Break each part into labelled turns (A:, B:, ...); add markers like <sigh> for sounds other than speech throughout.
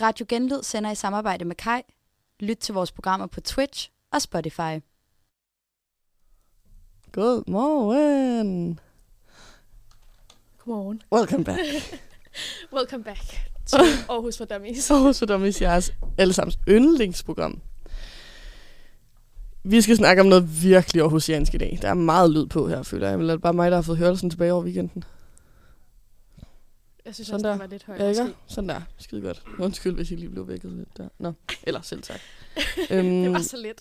A: Radio Genlyd sender i samarbejde med Kai. Lyt til vores programmer på Twitch og Spotify.
B: God morgen.
C: Godmorgen.
B: Welcome <laughs> back.
C: <laughs> Welcome back
B: <laughs>
C: til Aarhus for Dummies.
B: Så så der mis jeres allesammens yndlingsprogram. Vi skal snakke om noget virkelig aarhusiansk i dag. Der er meget lyd på her, føler jeg. Men er det bare mig, der har fået hørelsen tilbage over weekenden?
C: Jeg synes
B: Sådan
C: også,
B: der.
C: det var lidt højt.
B: Ja, ikke?
C: måske.
B: Sådan der. Skide godt. Undskyld, hvis jeg lige blev vækket lidt der. Nå, eller selv tak.
C: Det <laughs>
B: øhm,
C: var så
B: <laughs>
C: lidt.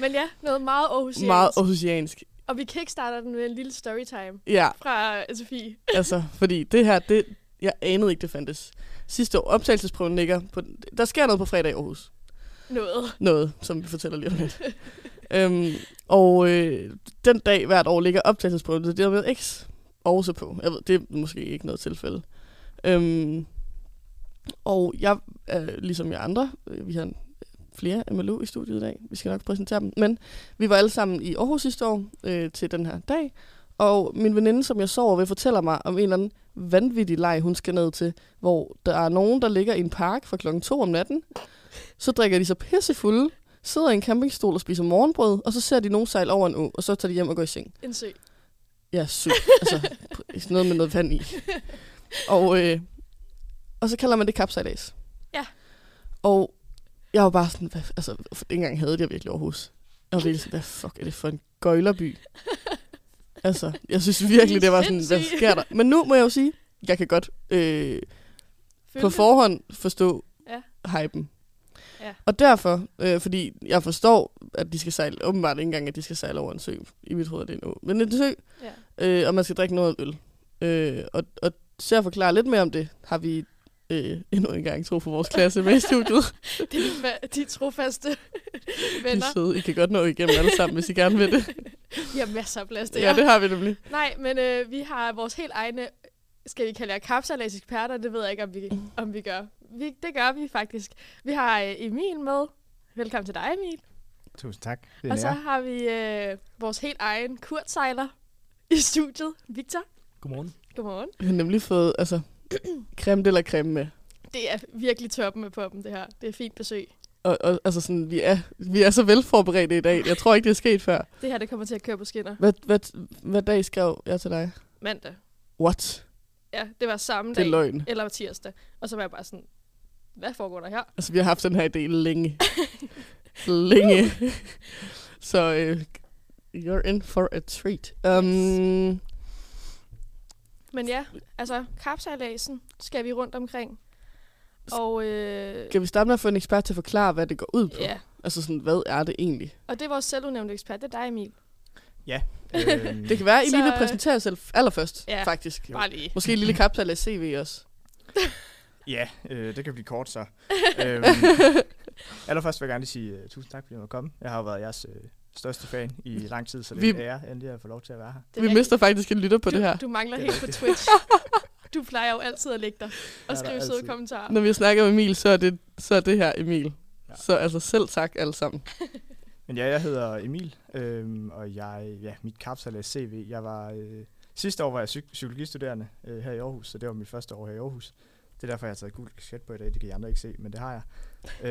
C: Men ja, noget meget Aarhusiansk.
B: meget aarhusiansk.
C: Og vi kickstarter den med en lille storytime
B: Ja,
C: fra Sofie.
B: altså, fordi det her, det, jeg anede ikke, det fandtes. Sidste år, optagelsesprøven ligger på... Der sker noget på fredag i Aarhus.
C: Noget.
B: noget, som vi fortæller lige om lidt. øhm, og øh, den dag hvert år ligger optagelsesprøven til det med X også på. Jeg ved, det er måske ikke noget tilfælde. Øhm, og jeg, øh, ligesom jeg andre, øh, vi har flere MLU i studiet i dag. Vi skal nok præsentere dem. Men vi var alle sammen i Aarhus sidste år øh, til den her dag. Og min veninde, som jeg sover ved, fortæller mig om en eller anden vanvittig leg, hun skal ned til, hvor der er nogen, der ligger i en park fra klokken 2 om natten, så drikker de sig pissefulde, sidder i en campingstol og spiser morgenbrød, og så ser de nogen sejle over en å, og så tager de hjem og går i seng.
C: En sø.
B: Jeg er syg. altså, pr- sådan noget med noget vand i. Og, øh, og så kalder man det kapsejlads.
C: Ja.
B: Og jeg var bare sådan, hvad, altså, for dengang havde jeg virkelig Aarhus. Jeg var virkelig sådan, hvad fuck er det for en gøjlerby? altså, jeg synes virkelig, det var sådan, hvad
C: Sindssyg.
B: sker der? Men nu må jeg jo sige, jeg kan godt øh,
C: Følte.
B: på forhånd forstå ja.
C: Ja.
B: hypen.
C: Ja.
B: Og derfor, øh, fordi jeg forstår, at de skal sejle, åbenbart ikke engang, at de skal sejle over en sø. I mit hoved er det en å. Men en sø,
C: Ja.
B: øh, og man skal drikke noget øl. Øh, og, og til at forklare lidt mere om det, har vi øh, endnu en gang tro for vores klasse
C: <laughs>
B: med i studiet.
C: Det er fa- de
B: <laughs>
C: trofaste
B: I,
C: venner.
B: søde. I kan godt nå igennem alle sammen, hvis I gerne
C: <laughs>
B: vil det.
C: Vi har masser af plads til
B: Ja,
C: jer.
B: det har vi nemlig.
C: Nej, men øh, vi har vores helt egne, skal vi kalde jer kapsalaseksperter, det ved jeg ikke, om vi, om vi gør. Vi, det gør vi faktisk. Vi har øh, Emil med. Velkommen til dig, Emil.
D: Tusind tak. Det er
C: Og så
D: en ære.
C: har vi øh, vores helt egen kurtsejler i studiet, Victor.
E: Godmorgen.
C: Godmorgen.
B: Vi har nemlig fået altså, creme eller creme med.
C: Det er virkelig toppen af poppen, det her. Det er et fint besøg.
B: Og, og altså sådan, vi er, vi er så velforberedte i dag. Jeg tror ikke, det er sket før.
C: Det her, det kommer til at køre på skinner
B: Hvad, hvad, hvad dag skrev jeg til dig?
C: mandag.
B: What?
C: Ja, det var samme
B: Det er
C: dag.
B: løgn.
C: Eller tirsdag. Og så var jeg bare sådan, hvad foregår der her?
B: Altså, vi har haft den her idé
C: <laughs>
B: længe. længe. så øh, you're in for a treat. Um,
C: Men ja, altså kapsejladsen skal vi rundt omkring. Og øh,
B: kan vi starte med at få en ekspert til at forklare, hvad det går ud på?
C: ja,
B: Altså sådan, hvad er det egentlig?
C: og det er vores selvudnævnte ekspert, det er dig Emil.
D: Øhm,
B: <laughs> Det kan være, at I lige
C: Så,
B: vil
C: øh,
B: præsentere jer selv allerførst,
C: ja.
B: faktisk.
C: Bare lige.
B: Måske en lille kapsel af CV også.
D: Ja, øh, det kan blive kort
B: <laughs>
D: så. øhm, allerførst vil jeg gerne lige sige uh, tusind tak, fordi jeg måtte komme. Jeg har jo været jeres øh, største fan i lang tid, så det er
B: Vi-
D: en ære endelig at få lov til at være her.
C: Det er
B: Vi
C: rigtigt.
B: mister faktisk en lytter på
C: du,
B: det her.
C: Du mangler
D: Det er
C: helt på Twitch. Du plejer jo altid at lægge dig
D: er
C: og
D: der
C: skrive søde
D: altid.
C: kommentarer.
B: Når vi snakker om Emil, så er det, så er det her Emil.
D: Ja.
B: Så altså selv tak alle
C: <laughs>
B: sammen.
D: Men ja, jeg hedder Emil, øhm, og jeg, ja, mit kapsalæs CV, jeg var, øh, sidste år var jeg psyk- psykologistuderende øh, her i Aarhus, så det var mit første år her i Aarhus. Det er derfor, jeg har taget gul kasket på i dag, det kan I andre ikke se, men det har jeg.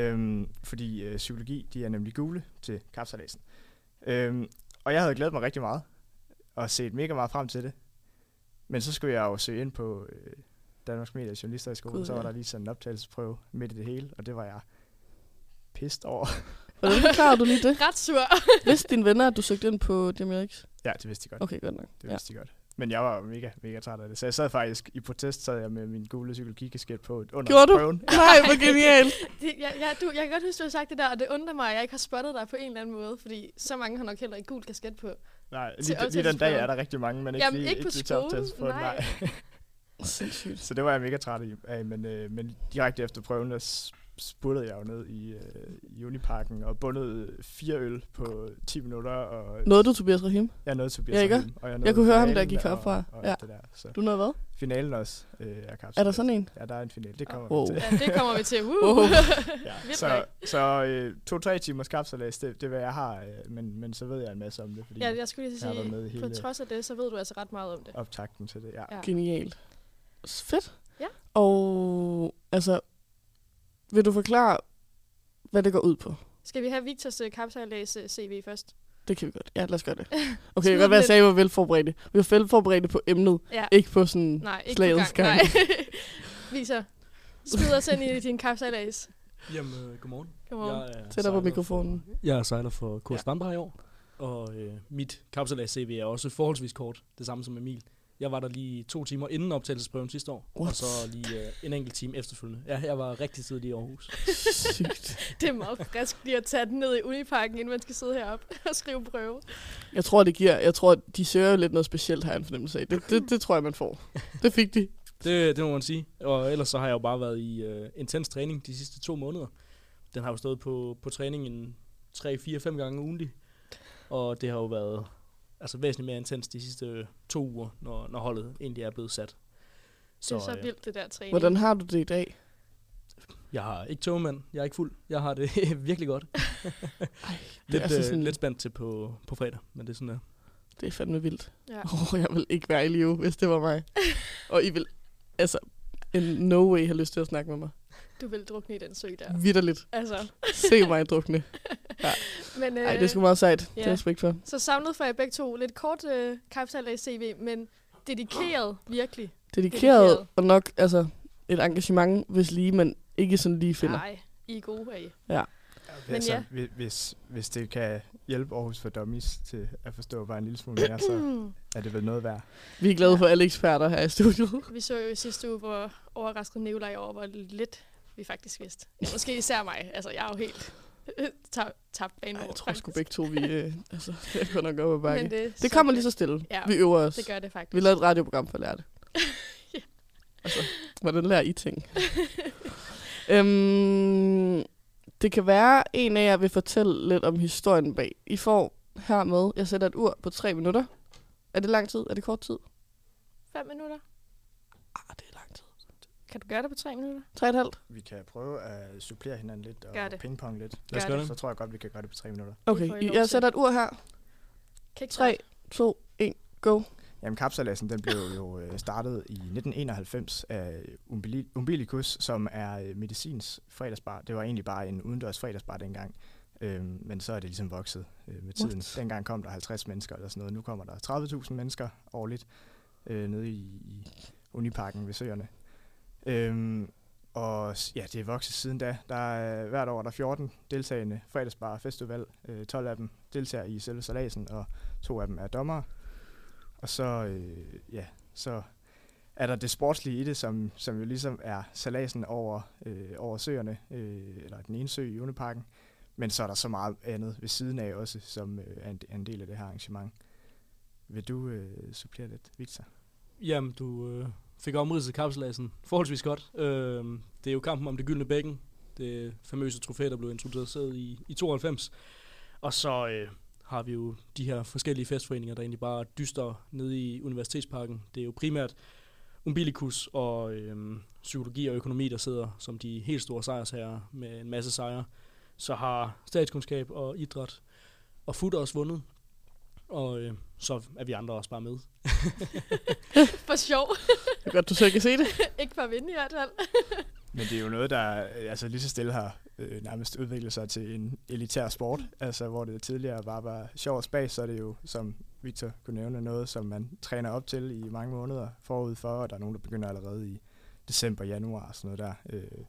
D: øhm, fordi øh, psykologi, de er nemlig gule til kapsalæsen. Øhm, og jeg havde glædet mig rigtig meget, og set mega meget frem til det. Men så skulle jeg jo søge ind på øh, Danmarks Medie- og Journalisterhøjskole,
B: Gud,
D: så var
B: ja.
D: der lige sådan en optagelsesprøve midt i det hele, og det var jeg pissed over. <laughs>
B: Hvordan forklarer du lige det?
C: Ret sur.
B: Vidste dine venner, at du søgte ind på Demirix?
D: ja, det vidste I godt.
B: Okay, godt nok.
D: Det
B: Ja.
D: vidste ja. de godt. Men jeg var mega, mega træt af det. Så jeg sad faktisk i protest, sad jeg med min gule psykologikasket på under
B: Gjorde du?
D: prøven.
B: Nej,
C: <laughs>
B: hvor genialt.
C: <laughs> Det, jeg, jeg, du, jeg kan godt huske, du har sagt det der, og det undrer mig, at jeg ikke har spottet dig på en eller anden måde, fordi så mange har nok heller ikke gul kasket på.
D: Nej,
C: Til
D: lige, lige den dag
C: optagelsesprøven.
D: er der rigtig mange, men ikke,
C: Jamen,
D: lige,
C: ikke på
D: lige til
C: skolen,
D: optagelsesprøven,
C: nej.
B: Sindssygt.
D: <laughs> Så det var jeg mega træt af, men, øh, men direkte efter prøven, der s- sputtede jeg jo ned i, øh, i Uniparken og bundede fire øl på 10 minutter, og
B: Nåede du Tobias Rahim?
D: jeg nåede Tobias
B: Ja, ikke?
D: Rahim, og jeg, nåede
B: kunne høre ham, der
D: finalen
B: gik heroppe fra.
D: Og, og
B: Ja.
D: ja. det der. Så
B: Du nåede hvad?
D: finalen også øh, er kapslet.
B: Er der sådan en?
D: Ja, der er en finale, det kommer
B: Wow.
D: vi til.
C: Ja, det kommer vi til. Uh.
B: Wow.
D: Ja,
C: Vildt
D: så
C: nok.
D: så øh, to-tre timers kapsalæs, det, det er, hvad jeg har, øh, men, men så ved jeg en masse om det, fordi
C: Ja,
D: ja,
C: jeg skulle lige
D: Jeg har været med i
C: sige, på
D: hele-
C: trods af det, så ved du altså ret meget om det.
D: optakten til det, ja.
C: Ja.
B: Genialt. S- Fedt.
C: Ja.
B: Og altså, Vil du forklare, hvad det går ud på?
C: Skal vi have Victors øh, kapsejlads øh, CV først?
B: Det kan vi godt. Ja, lad os gøre
C: <laughs>
B: det. Okay,
C: Smid
B: det kan godt være,
C: lidt.
B: jeg sagde, at vi var velforberedte. Vi var velforberedte på emnet,
C: Ja.
B: ikke på sådan
C: Nej, ikke
B: slagets
C: på gang. Nej. <laughs> Victor, smid os ind i din kapsejlads.
E: Jamen, øh, godmorgen.
C: Godmorgen. Ja.
E: er
B: Tættere på
E: sejler
B: mikrofonen.
E: For, jeg er sejler for Kurs ja. i år, og øh, mit kapsalag CV er også forholdsvis kort, det samme som Emil. Jeg var der lige to timer inden optagelsesprøven sidste år,
B: What?
E: og så lige øh, en enkelt time efterfølgende. Ja, jeg var rigtig tidlig i Aarhus.
B: Sygt.
E: øh,
C: Det er meget frisk lige at tage den ned i uniparken, inden man skal sidde heroppe og skrive prøve.
B: Jeg tror, det giver... Jeg tror, de søger jo lidt noget specielt, har jeg en fornemmelse af. Det, det, det tror jeg, man får. Det fik de.
E: Det, det må man sige. Og ellers så har jeg jo bare været i øh, intens træning de sidste to måneder. Den har jo stået på, på træning en 3, 4, 5 gange ugentlig. Og det har jo været altså, væsentligt mere intens de sidste øh, to uger, når, når holdet egentlig er blevet sat.
C: Så, det er så
E: øh,
C: vildt, det der træning.
B: Hvordan har du det i dag?
E: Jeg har ikke tømmermand, jeg er ikke fuld. Jeg har det <laughs> virkelig godt. lidt,
B: altså
E: altså
B: sådan-
E: sådan... lidt spændt til på, på fredag, men det er sådan der.
B: Det er fandme vildt.
C: Ja.
B: Åh, oh, jeg vil ikke være i live, hvis det var mig. Og I vil, altså, in no way have lyst til at snakke med mig.
C: Du vil drukne i den sø der.
B: Vitterligt.
C: Altså,
B: Se mig drukne.
C: men, øh,
B: Nej, det er sgu meget sejt. Det
C: ja.
B: er jeg sgu ikke for.
C: Så samlet for jer begge to lidt kort øh, kapsejlads CV, men dedikeret virkelig.
B: Dedikeret
C: Dedikeret.
B: og nok, altså, et engagement, hvis lige man ikke sådan lige finder.
C: Nej, I er gode af.
D: Men
C: Men
D: altså,
C: ja.
D: ja. hvis, hvis det kan hjælpe Aarhus for Dummies til at forstå bare en lille smule mere, så er det vel noget værd.
B: Vi er glade for alle eksperter her i studiet.
C: Vi så jo i sidste uge, hvor overrasket Nikolaj over, hvor lidt vi faktisk vidste. Ja, måske især mig. Altså, jeg er jo helt <laughs> tab- tabt banen
B: Ej,
C: over,
B: jeg tror sgu
C: faktisk.
B: begge to, vi, øh, altså, <laughs> det er godt nok op ad
C: Men
B: bakke.
C: det,
B: Det kommer lige så stille.
C: Ja,
B: Vi øver os.
C: Det gør det faktisk.
B: Vi lavede et radioprogram for at
C: <laughs>
B: lære det. altså, hvordan lærer I ting? <laughs> øhm, det kan være, en af jer vil fortælle lidt om historien bag. I får hermed, jeg sætter et ur på tre minutter. Er det lang tid? Er det kort tid?
C: Fem minutter.
B: Ah, det er lang tid.
C: Kan du gøre det på tre minutter?
B: Tre og et halvt?
D: Vi kan prøve at supplere hinanden lidt og
C: Gør det.
D: pingpong lidt.
E: Lad os
C: Gør
E: gøre
D: Så
E: det.
D: tror jeg godt, vi kan gøre det på tre minutter.
C: får I
B: Okay,
C: lov
B: jeg
C: til.
B: sætter et ur her. Tre,
C: Kickstart.
B: to, en, go.
D: Jamen, kapsalassen den blev jo øh, startet i 1991 af Umbili- Umbilicus, som er øh, medicins fredagsbar. Det var egentlig bare en udendørs fredagsbar dengang, øhm, men så er det ligesom vokset øh, med tiden. What? Dengang kom der 50 mennesker eller sådan noget. Nu kommer der 30.000 mennesker årligt øh, nede i, i Uniparken ved Søerne. Øhm, og s- ja, det er vokset siden da. Der er, hvert år er der 14 deltagende fredagsbar festival. Øh, 12 af dem deltager i selve salasen, og to af dem er dommere. Og så, øh, ja, så er der det sportslige i det, som, som jo ligesom er salasen over, øh, over søerne, øh, eller den ene sø i Uniparken. Men så er der så meget andet ved siden af også, som øh, er en, er en del af det her arrangement. Vil du øh, supplere lidt, Victor?
E: Jamen, du øh, fik omridset kapselassen forholdsvis godt. Øh, det er jo kampen om det gyldne bækken, det famøse trofæ, der blev introduceret i, i 92. Og så øh, har vi jo de her forskellige festforeninger, der egentlig bare dyster nede i Universitetsparken. Det er jo primært umbilikus og øh, psykologi og økonomi, der sidder som de helt store sejrsherrer med en masse sejre. Så har statskundskab og idræt og fut også vundet. Og øh, så er vi andre også bare med.
B: <laughs>
C: For sjov. <laughs>
B: Det er godt, du selv kan se det.
C: Ikke for at vinde i hvert fald.
D: Men det er jo noget, der øh, altså lige så stille har øh, nærmest udviklet sig til en elitær sport. Altså hvor det tidligere bare var sjov og spas, så er det jo, som Victor kunne nævne, noget, som man træner op til i mange måneder forud for, og der er nogen, der begynder allerede i december, januar og sådan noget der. Øh,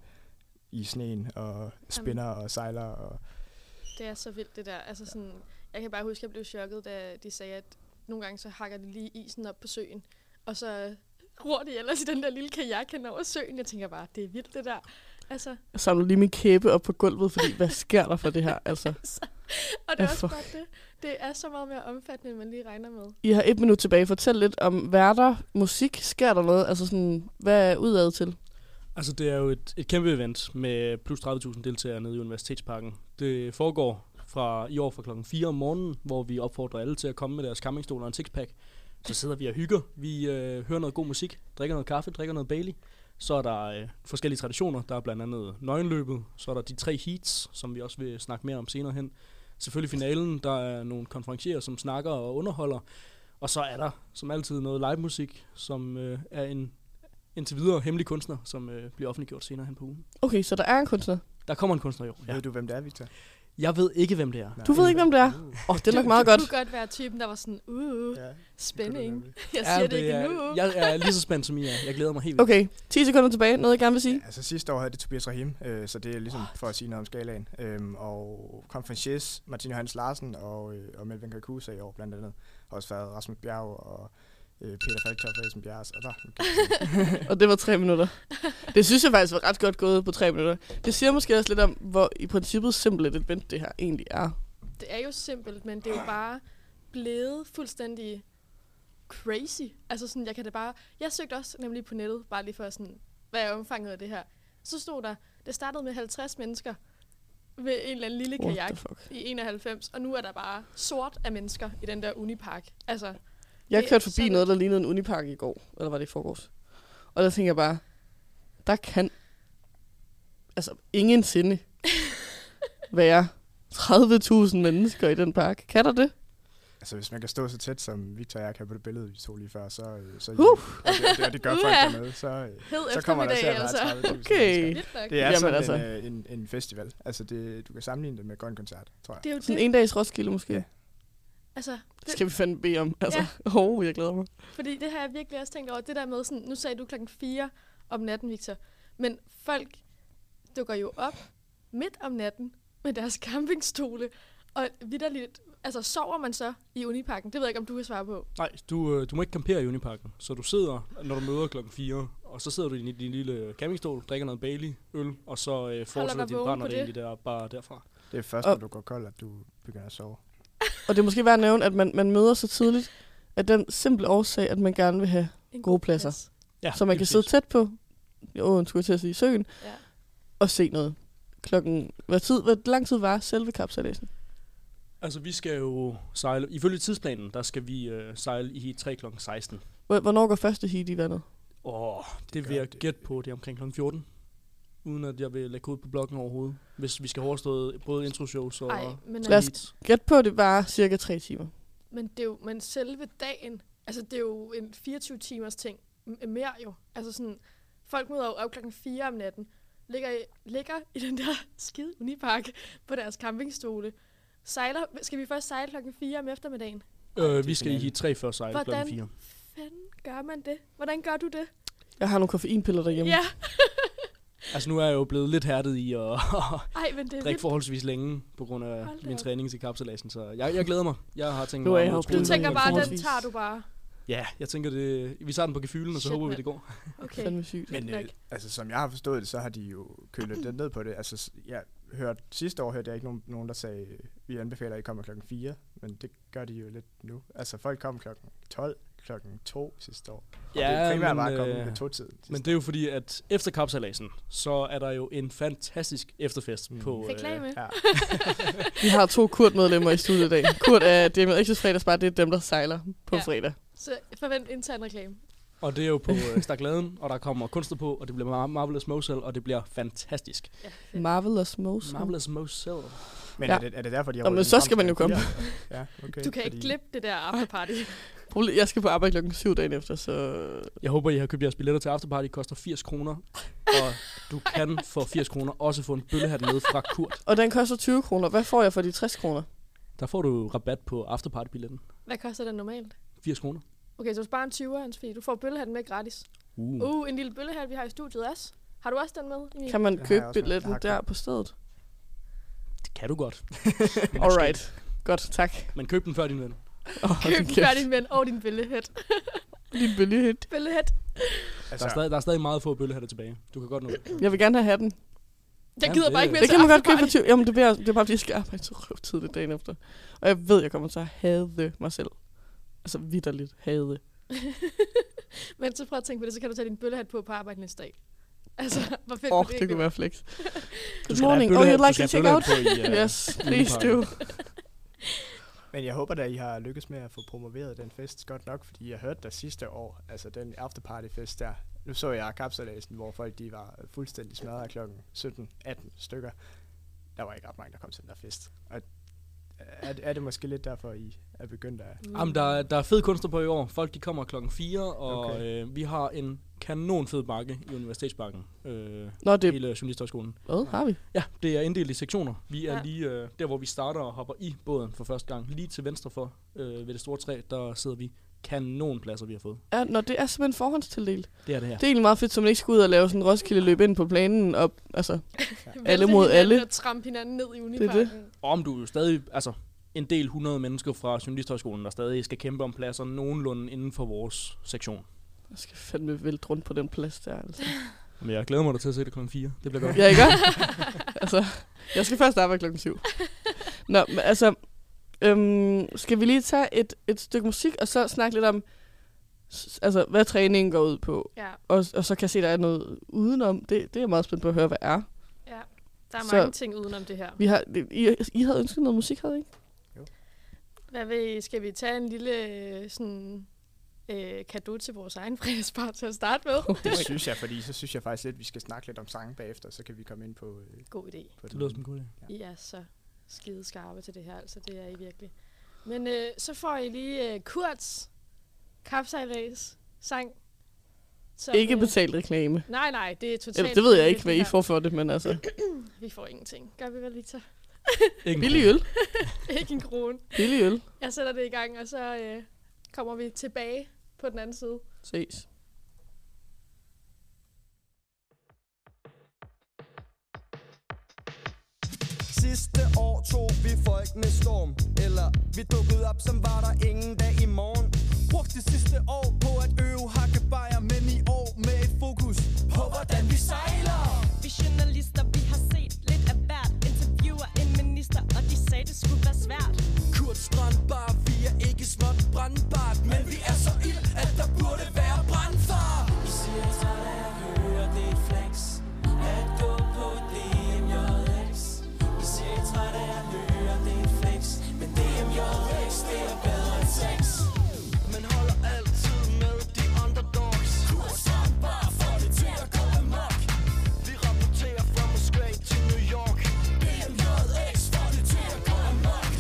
D: i sneen og spinner og sejler. Og,
C: Det er så vildt, det der. Altså sådan, jeg kan bare huske, at jeg blev chokket, da de sagde, at nogle gange så hakker de lige isen op på søen, og så ror de ellers i den der lille kajak hen over søen. Jeg tænker bare, det er vildt, det der. Altså,
B: Jeg samler lige min kæbe op på gulvet, fordi hvad sker der for det her? Altså,
C: og det
B: Ja,
C: er også
B: fuck.
C: godt det. Det er så meget mere omfattende, end man lige regner med.
B: I har et minut tilbage. Fortæl lidt om værter, musik. Sker der noget? Altså sådan, hvad er udad til?
E: Altså, det er jo et, et kæmpe event med plus 30.000 deltagere nede i Universitetsparken. Det foregår fra i år fra klokken 4 om morgenen, hvor vi opfordrer alle til at komme med deres campingstol og en sixpack. Så sidder vi og hygger. Vi øh, hører noget god musik, drikker noget kaffe, drikker noget Bailey. Så er der øh, forskellige traditioner. Der er blandt andet nøgenløbet. Så er der de tre heats, som vi også vil snakke mere om senere hen. Selvfølgelig finalen. Der er nogle konferencierer, som snakker og underholder. Og så er der som altid noget live musik, som øh, er en
F: indtil videre hemmelig kunstner, som øh, bliver offentliggjort senere hen på ugen.
B: Okay, så der er en kunstner.
F: Der kommer en kunstner i år.
D: Ja.
F: Ja.
D: Ved du, hvem det er, Victor?
F: Jeg ved ikke, hvem det er.
B: Du ved ikke, hvem det er.
D: Uh,
B: Åh, oh, det er nok
C: du,
B: meget
C: du
B: godt.
C: Du kunne godt være typen, der var sådan, uh, uh
D: ja,
C: spænding.
D: det kunne det
C: Jeg siger det, ikke
F: er,
C: endnu.
F: Jeg er lige så spændt som I er. Jeg glæder mig helt vildt.
B: Okay, 10 sekunder tilbage. Noget, jeg gerne vil sige.
D: Ja, altså sidste år havde det Tobias Rahim, øh, så det er ligesom for at sige noget om skalaen. Øhm, og Conferences, Martin Johannes Larsen og, øh, og Melvin Kakusa i år blandt andet. Har også været Rasmus Bjerg og øh, Peter Falktoff og Esben Bjerg. Og der,
B: Og det var tre minutter. Det synes jeg faktisk var ret godt gået på tre minutter. Det siger måske også lidt om, hvor i princippet simpelt et event det her egentlig er.
C: Det er jo simpelt, men det er jo bare blevet fuldstændig crazy. Altså sådan, jeg kan da bare... Jeg søgte også nemlig på nettet, bare lige for sådan, hvad er omfanget af det her? Så stod der, det startede med 50 mennesker ved en eller anden lille
B: What
C: kajak
B: the fuck.
C: i 91, og nu er der bare sort af mennesker i den der unipark. Altså,
B: Jeg
C: Det-
B: kørte forbi
C: sådan-
B: noget, der lignede en unipark i går. Eller var det i forgårs? Og der tænker jeg bare, der kan altså ingen sinde være 30.000 mennesker i den park. Kan der det?
D: altså hvis man kan stå så tæt, som Victor og jeg kan på det billede, vi så lige før, så... Øh, så
B: Huh!
D: Og det, og det gør folk
C: Uha!
D: dernede, så, øh,
C: hed
D: så kommer der til
C: eftermiddag,
D: at være
C: altså.
D: 30.000
B: Okay.
D: mennesker.
C: Lidt nok.
B: Jamen
D: Det er Jamen, sådan
B: altså.
D: altså. en, øh, en, en, festival. Altså det, du kan sammenligne det med Grøn Koncert, tror jeg.
C: Det er jo
B: Sådan
C: det.
B: en dags Roskilde måske.
D: Ja.
C: Altså,
B: Det
C: det,
B: skal vi fandme bede om. Altså, <laughs> ja. oh, jeg glæder mig.
C: fordi det har jeg virkelig også tænkt over. Det der med, sådan, nu sagde du klokken 4 om natten, Victor. Men folk dukker jo op midt om natten med deres campingstole. Og vidderligt, altså sover man så i uniparken? Det ved jeg ikke, om du kan svare på.
F: Nej, du, øh, du må ikke campere i Uniparken. Så du sidder, når du møder klokken 4, og så sidder du i din, din lille campingstol, drikker noget Bailey, øl, og så øh, fortsætter
C: dig
F: din
C: vågen
F: brænder
C: på det.
F: egentlig der, bare derfra.
D: Det er først,
B: Og-
D: når du går kold, at du begynder at sove.
B: Og det er måske værd at nævne, at man, man møder så tidligt, at den simple årsag, at man gerne vil have,
C: En
B: Gode pladser.
C: plads.
F: Ja,
B: så man
F: lige
B: kan sidde
F: præcis.
B: tæt på, åh, skulle jeg til at sige, søen,
C: Ja.
B: og se noget. Klokken, hvad tid, hvor lang tid var selve kapsalæsen?
F: Altså, vi skal jo sejle... Ifølge tidsplanen, der skal vi øh, sejle i heat 3 kl. 16.
B: Hvor- Hvornår går første heat i vandet?
F: Åh, det, det
D: gør
F: vil jeg
D: det.
F: gætte på, det er omkring kl. 14. Uden at jeg vil lægge ud på blokken overhovedet. Hvis vi skal have overstået både intro-shows og...
C: Ej, men,
B: Lad os-
F: heats.
B: Gæt på, det var cirka tre timer.
C: men, det er jo, men selve dagen, altså det er jo en 24-timers ting. M- mere jo. Altså sådan, folk møder jo op klokken 4 om natten, ligger i, ligger i den der <laughs> skide unipark på deres campingstole. Sejler, skal vi først sejle klokken 4 om eftermiddagen?
F: Øh, vi skal i
D: finalen.
F: heat 3 før sejle kl.
C: Hvordan?
F: 4.
C: Fanden gør man det? Hvordan gør du det?
B: Jeg har nogle koffeinpiller derhjemme.
C: Ja,
F: Altså, nu er jeg jo blevet lidt hærdet i at,
C: ej,
F: <laughs>
C: men det er
F: drikke
C: vildt.
F: forholdsvis længe på grund af
C: Hold da
F: min
C: op.
F: træning til kapsalasen, så jeg, jeg glæder mig. Jeg har tænkt
B: Nu er
F: mig
B: jeg jo
F: at
B: blevet
C: Du
F: bruge-
C: tænker bare, den
B: Forholdsvis.
C: tager du bare.
F: Ja, jeg tænker, det, vi tager den på gefylen, og så
C: Shit,
F: håber vi,
C: mand.
F: det går.
B: Det er
C: Okay.
B: fandme sygt.
D: Men
C: Nok.
D: øh, altså, som jeg har forstået det, så har de jo kølet lidt ned på det. Altså, s- jeg hørte, sidste år hørte jeg ikke nogen, nogen der sagde, vi anbefaler, at I kommer klokken 4, men det gør de jo lidt nu. Altså, folk kom klokken 12, klokken 2 sidste år. Og ja, det er primært bare kommet
B: øh,
D: med to-tiden.
F: øh, men det er jo fordi, at efter kapsalasen, så er der jo en fantastisk efterfest
D: Mm.
F: på... øh,
C: Reklame.
B: <laughs>
C: <laughs>
D: Ja,
B: Vi har to Kurt-medlemmer i studiet i dag. Kurt er det med Exes fredagsbar, det er dem, der sejler på
C: Ja.
B: ja. fredag.
C: Så forvent intern reklame.
F: og det er jo på øh, Stakladen, og der kommer kunstner på, og det bliver Mar- Marvelous Mosel, og det bliver fantastisk.
C: Ja, fedt.
B: Marvelous Mose.
F: Marvelous Mosel.
D: men
B: Ja.
D: er, det, er det derfor, de har
B: Nå, men
D: rullet den
B: så
D: frem
B: skal
D: til
B: man jo
D: klokken
B: komme.
D: fire? Ja, okay.
C: Du kan ikke
D: fordi-
C: klippe det der afterparty.
B: Proble- Jeg skal på arbejde klokken 7 dagen efter, så...
F: Jeg håber, I har købt jeres billetter til afterparty. Det koster 80 kroner, og
B: <laughs>
F: du kan for 80 kroner også få en bøllehat med fra Kurt.
B: Og den koster 20 kroner. Hvad får jeg for de 60 kroner?
F: Der får du rabat på afterparty-billetten.
C: Hvad koster den normalt?
F: 80 kroner.
C: Okay, så du sparer en 20'er, Hans Fie. Du får bøllehatten med gratis.
F: Uh.
C: Uh, en lille bøllehat, vi har i studiet også. Har du også den med, Emil?
B: Kan man
D: Den har
B: købe
D: jeg også med.
B: billetten
D: Jeg har
B: der på
D: <laughs>
B: stedet?
F: Det kan du godt.
B: Alright. Godt, tak.
F: Men køb den før din ven.
B: Oh,
C: <laughs> Køb den før din ven og din bøllehat.
B: Din bølgehat.
C: Bøllehat.
F: Der er,
D: Altså,
F: stadig, der er stadig meget få bøllehatter tilbage. Du kan godt nå det.
B: Jeg vil gerne have hatten.
C: Jeg
F: Jamen,
C: gider
F: det-
C: bare ikke mere
B: Det
C: til
B: kan man godt købe for
C: afterparty.
B: 20. Jamen, det, bliver, det er bare, fordi jeg skal arbejde så røvtidligt dagen efter. Og jeg ved, jeg kommer til at hade mig selv. Altså vidderligt hade.
C: Men så prøv at tænke på det, så kan du tage din bøllehat på på arbejde næste dag. Altså, <laughs> hvor fedt
B: Åh, oh,
C: vil
B: det kunne
C: ikke
B: være flex.
F: Du
B: Good
F: skal da have
B: morning. Oh,
F: bøllehat-
B: you'd
F: du
B: like
F: skal
B: to
F: have
B: check out?
F: bøllehat <laughs> På i, øh,
B: Yes, please do.
D: men jeg håber da, I har lykkes med at få promoveret den fest godt nok, fordi jeg hørte der sidste år, altså den afterparty-fest der, nu så jeg kapsalasen, hvor folk de var fuldstændig smadret klokken 17-18 stykker. Der var ikke ret mange, der kom til den der fest. Og øh, er, er det måske lidt derfor, I er begyndt at...
F: Jamen, der, er- der er fed kunstner på i år. Folk de kommer klokken 4, og
D: Okay.
F: øh, vi har en
E: kanon fed bakke i Universitetsparken. Øh,
B: Nå, det
E: det...
B: er...
E: Hele Journalisthøjskolen.
B: Hvad har vi?
E: Ja, det er inddelt i sektioner. Vi er
C: Ja.
E: ja. lige øh, der, hvor vi starter og hopper i båden for første gang. Lige til venstre for, øh, ved det store træ, der sidder vi. Kanonpladser, vi har fået.
B: Ja, når det er simpelthen forhåndstildelt.
E: Det er det her.
B: Det er egentlig meget fedt, så man ikke skal ud og lave sådan en Roskilde-løb ind på planen. Og, altså, Alle mod
C: hinanden
B: alle.
C: Og trampe hinanden ned i
B: det.
C: uniparken. Det er det.
E: Og om du er jo stadig, altså en del hundrede mennesker fra Journalisthøjskolen, der stadig skal kæmpe om pladser nogenlunde inden for vores sektion.
B: jeg skal fandme vælte rundt på den plads der, altså.
E: Men jeg glæder mig da til at se det klokken 4. Det bliver godt.
B: Ja, ikke? <laughs> altså, jeg skal først arbejde klokken syv. Nå, men altså, øhm, skal vi lige tage et, et stykke musik, og så snakke lidt om, s- altså, hvad træningen går ud på,
C: Ja,
B: og, og så kan jeg se, der er noget udenom. Det, det er jeg meget spændt på at høre, hvad er.
C: ja. Der er
B: Så-
C: mange ting udenom det her.
B: Vi har, I, I havde ønsket noget musik, havde I ikke?
C: Hvad ved, skal vi tage en lille øh, sådan øh, kado til vores egen <laughs> fredagsbar til at starte med?
D: Det synes jeg, fordi så synes jeg faktisk lidt, at vi skal snakke lidt om sange bagefter, så kan vi komme ind på, øh,
C: God idé.
D: på
E: Det lyder som en god idé.
C: I er så skide skarpe til det her, altså det er I virkelig. Men øh, så får I lige øh, Kurts kapsejlæs sang. Som, øh,
B: Ikke betalt reklame.
C: Nej, nej, det er totalt...
B: Eller, det ved jeg
C: frivilligt,
B: ikke, hvad
C: det
B: I
C: her.
B: får for det, men altså,
C: Vi får ingenting. Gør vi vel, Victor?
E: Ikke en
B: billig
E: problem.
B: øl,
C: <laughs> ikke en krone.
B: billig øl.
C: Jeg sætter det i gang, og så øh, kommer vi tilbage på den anden side.
B: Ses.
F: Sidste år tog vi folk med storm Eller vi dukkede op, som var der ingen dag i morgen Brugte det sidste år på at øve hakkebajer Men i år med et fokus på, hvordan vi sejler
G: Vi journalister, vi har set lidt af hvert Interviewer en minister, og de sagde, det skulle være svært
F: Kurt Strandbar, vi er ikke småt brandbart Men vi er så ild, at der burde være brandfar I siger så, da jeg hører det er et flex At gå på DMJX I siger så, da jeg hører det er et flex Men DMJX, det er bedre end sex Men holder altid med de underdogs Kurt Strandbar får det til at gå amok Vi rapporterer fra Moskva til New York DMJX får det til at gå amok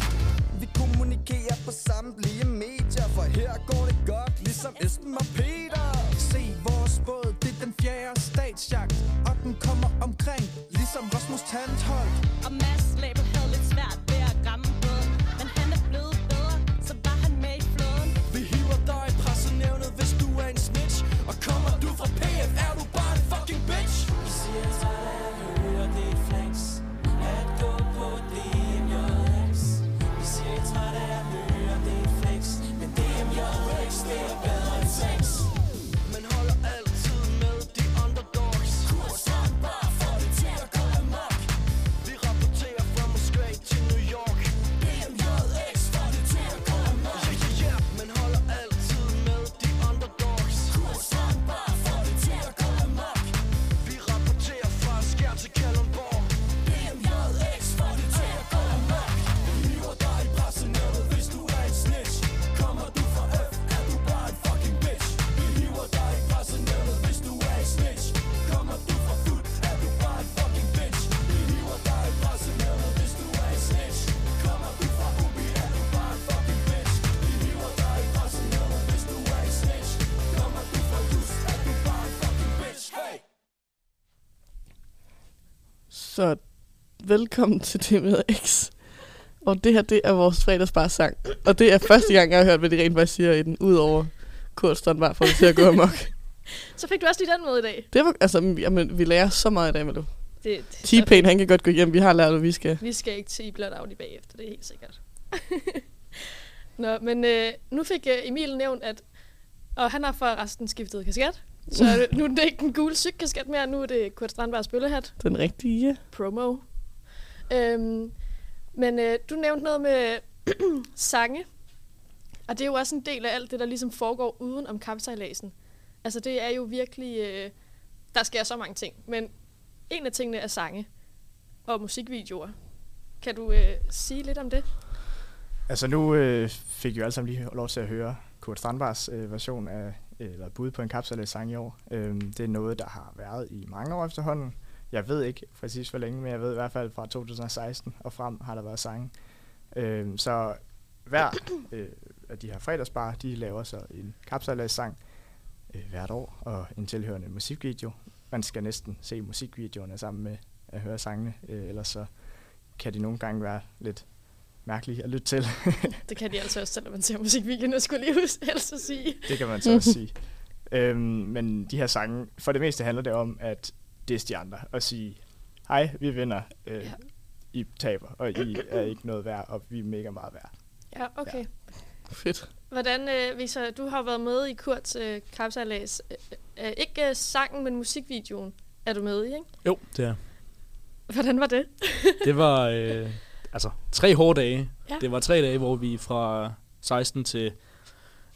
F: vi kommunikerer på samtlige medier For her går det godt, ligesom Esben og Peter Se vores båd, det er den fjerde statsjagt Og den kommer omkring, ligesom Rasmus Tandholt
G: Og Mads Label havde lidt svært ved at ramme båden Men han er blevet bedre, så var han med i flåden
F: Vi hiver dig i pressenævnet, hvis du er en snitch Og kommer du fra PF, er du bare en fucking bitch I siger så, da jeg hører det er et flex At gå på DMJX I siger så, da jeg hører det er et flex Men DMJX, det er bedre end sex Men holder altid med de underdogs Kursen bare får det til at gå amok Vi rapporterer fra Moskva til New York DMJX får det til at gå amok Ja, ja, ja, men holder altid med de underdogs Kursen bare får det til at gå amok Vi rapporterer fra Skjern til Kalundborg DMJX får det til at gå amok Vi hiver dig i pressenævnet, hvis du er en snitch Kommer du fra F, er du bare en fucking bitch Vi hiver dig i pressenævnet, hvis du er en snitch Kommer du fra FUT, er du bare en fucking bitch Vi hiver dig i pressenævnet, hvis du er en snitch Kommer du fra UBI, er du bare en fucking bitch Vi hiver dig i pressenævnet, hvis du er en snitch Kommer du fra JUS, er du bare en fucking bitch Hey!
B: Så velkommen til det med X. Og det her, det er vores fredagsbarsang. Og det er første gang, jeg har hørt, hvad de rent faktisk siger i den, udover Kurt Strandbar for det til at gå amok.
C: Så fik du også lige den med i dag.
B: Det var, altså, jamen, vi lærer så meget i dag, Malu.
C: Det, det,
B: T-Pain, han kan godt gå hjem. Vi har lært, hvad vi skal.
C: Vi skal ikke til Blot Audi bagefter, det er helt sikkert. <laughs> Nå, men øh, nu fik øh, Emil nævnt, at og han har for resten skiftet kasket. Så nu er det ikke den gule sygkasket mere, nu er det Kurt Strandbergs bøllehat.
B: Den rigtige.
C: Promo. Øhm, men øh, du nævnte noget med <clears throat> sange, og det er jo også en del af alt det, der ligesom foregår uden om kapsejladsen. Altså det er jo virkelig, øh, der sker så mange ting, men en af tingene er sange og musikvideoer. Kan du øh, sige lidt om det?
D: Altså nu øh, fik vi jo alle sammen lige lov til at høre Kurt Strandbars øh, version af, eller bud på en kapsalæs sang i år. Øhm, det er noget, der har været i mange år efterhånden. Jeg ved ikke præcis hvor længe, men jeg ved i hvert fald fra 2016 og frem har der været sange. Øhm, så hver øh, af de her fredagsbar, de laver så en kapsalæs sang. øh, hvert år, og en tilhørende musikvideo. Man skal næsten se musikvideoerne sammen med at høre sangene, øh, ellers så kan de nogle gange være lidt mærkelige at lytte til.
C: Det kan de altså også, selvom man ser musikvideoen, og skulle lige huske helst at sige.
D: Det kan man så også sige. Øhm, men de her sange, for det meste handler det om, at det er de andre. At sige, hej, vi vinder, øh,
C: Ja.
D: ja. I taber, og I er ikke noget værd, og vi er mega meget værd.
C: Ja, okay. Ja.
B: Fedt.
C: Hvordan, øh, Victor, du har været med i Kurts øh, kapsalæs. Øh, øh, ikke øh, sangen, men musikvideoen er du med i, ikke?
E: Jo, det er.
C: Hvordan var det?
E: Det var øh, altså tre hårde dage.
C: Ja.
E: Ja. Det var tre dage, hvor vi fra 16 til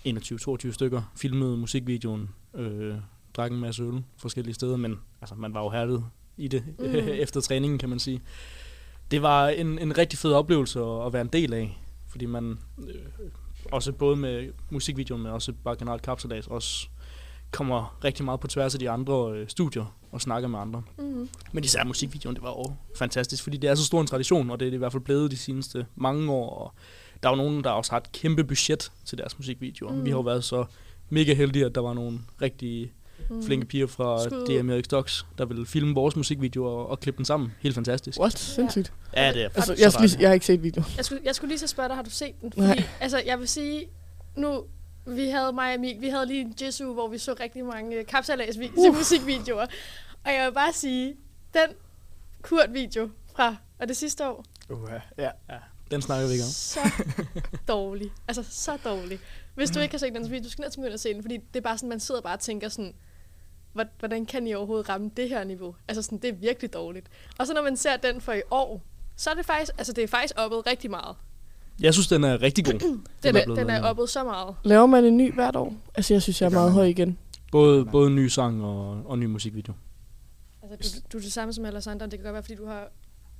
E: 21-22 stykker filmede musikvideoen, øh, drak en masse øl forskellige steder, men altså, man var jo hærdet i det
C: Mm.
E: mm. <laughs> efter træningen, kan man sige. Det var en, en rigtig fed oplevelse at, at være en del af, fordi man øh, også både med musikvideoen, men også bare generelt kapsalas, også kommer rigtig meget på tværs af de andre øh, studier og snakker med andre.
C: Mm-hmm.
E: Men især musikvideoen, det var jo fantastisk, fordi det er så stor en tradition, og det er det i hvert fald blevet de seneste mange år. Og der er jo nogen, der også har et kæmpe budget til deres musikvideoer.
C: Mm.
E: Mm. Vi har jo været så mega heldige, at der var nogle rigtig
C: Mm-hmm.
E: mm. flinke piger fra
C: Skud.
E: DM Erik Stocks, der ville filme vores musikvideoer og, og klippe den sammen. Helt fantastisk.
B: What? Sindssygt.
E: Ja, det er
B: Altså,
E: så
B: jeg, skal
E: dejligt.
B: lige, jeg har ikke set videoen.
C: Jeg skulle, jeg skulle lige så spørge dig, har du set den? Fordi,
B: Nej.
C: altså, jeg vil sige, nu, vi havde mig og Emil, vi havde lige en jizzu, hvor vi så rigtig mange øh, kapsalæs uh. musikvideoer. Og jeg vil bare sige, den Kurt-video fra, og det sidste år,
D: Uh, ja.
E: Den snakker vi ikke om.
C: så dårlig. Altså, så dårlig. Hvis du ikke har set den, så skal du skal næsten begynde at se den, fordi det er bare sådan, man sidder bare og tænker sådan, "Hvor- hvordan kan I overhovedet ramme det her niveau? Altså sådan, det er virkelig dårligt. Og så når man ser den for i år, så er det faktisk, altså det er faktisk oppet rigtig meget.
E: Jeg synes, den er rigtig god.
C: Den,
E: er
C: den, er,
E: blevet
C: den er
E: lavet.
C: oppet så meget.
B: Laver man en ny hvert år? Altså, jeg synes, jeg er
D: Det gør
B: meget
D: man.
B: høj igen.
E: Både, både en ny sang og, og en ny musikvideo.
C: Altså, du, du er det samme som alle andre, det kan godt være, fordi du har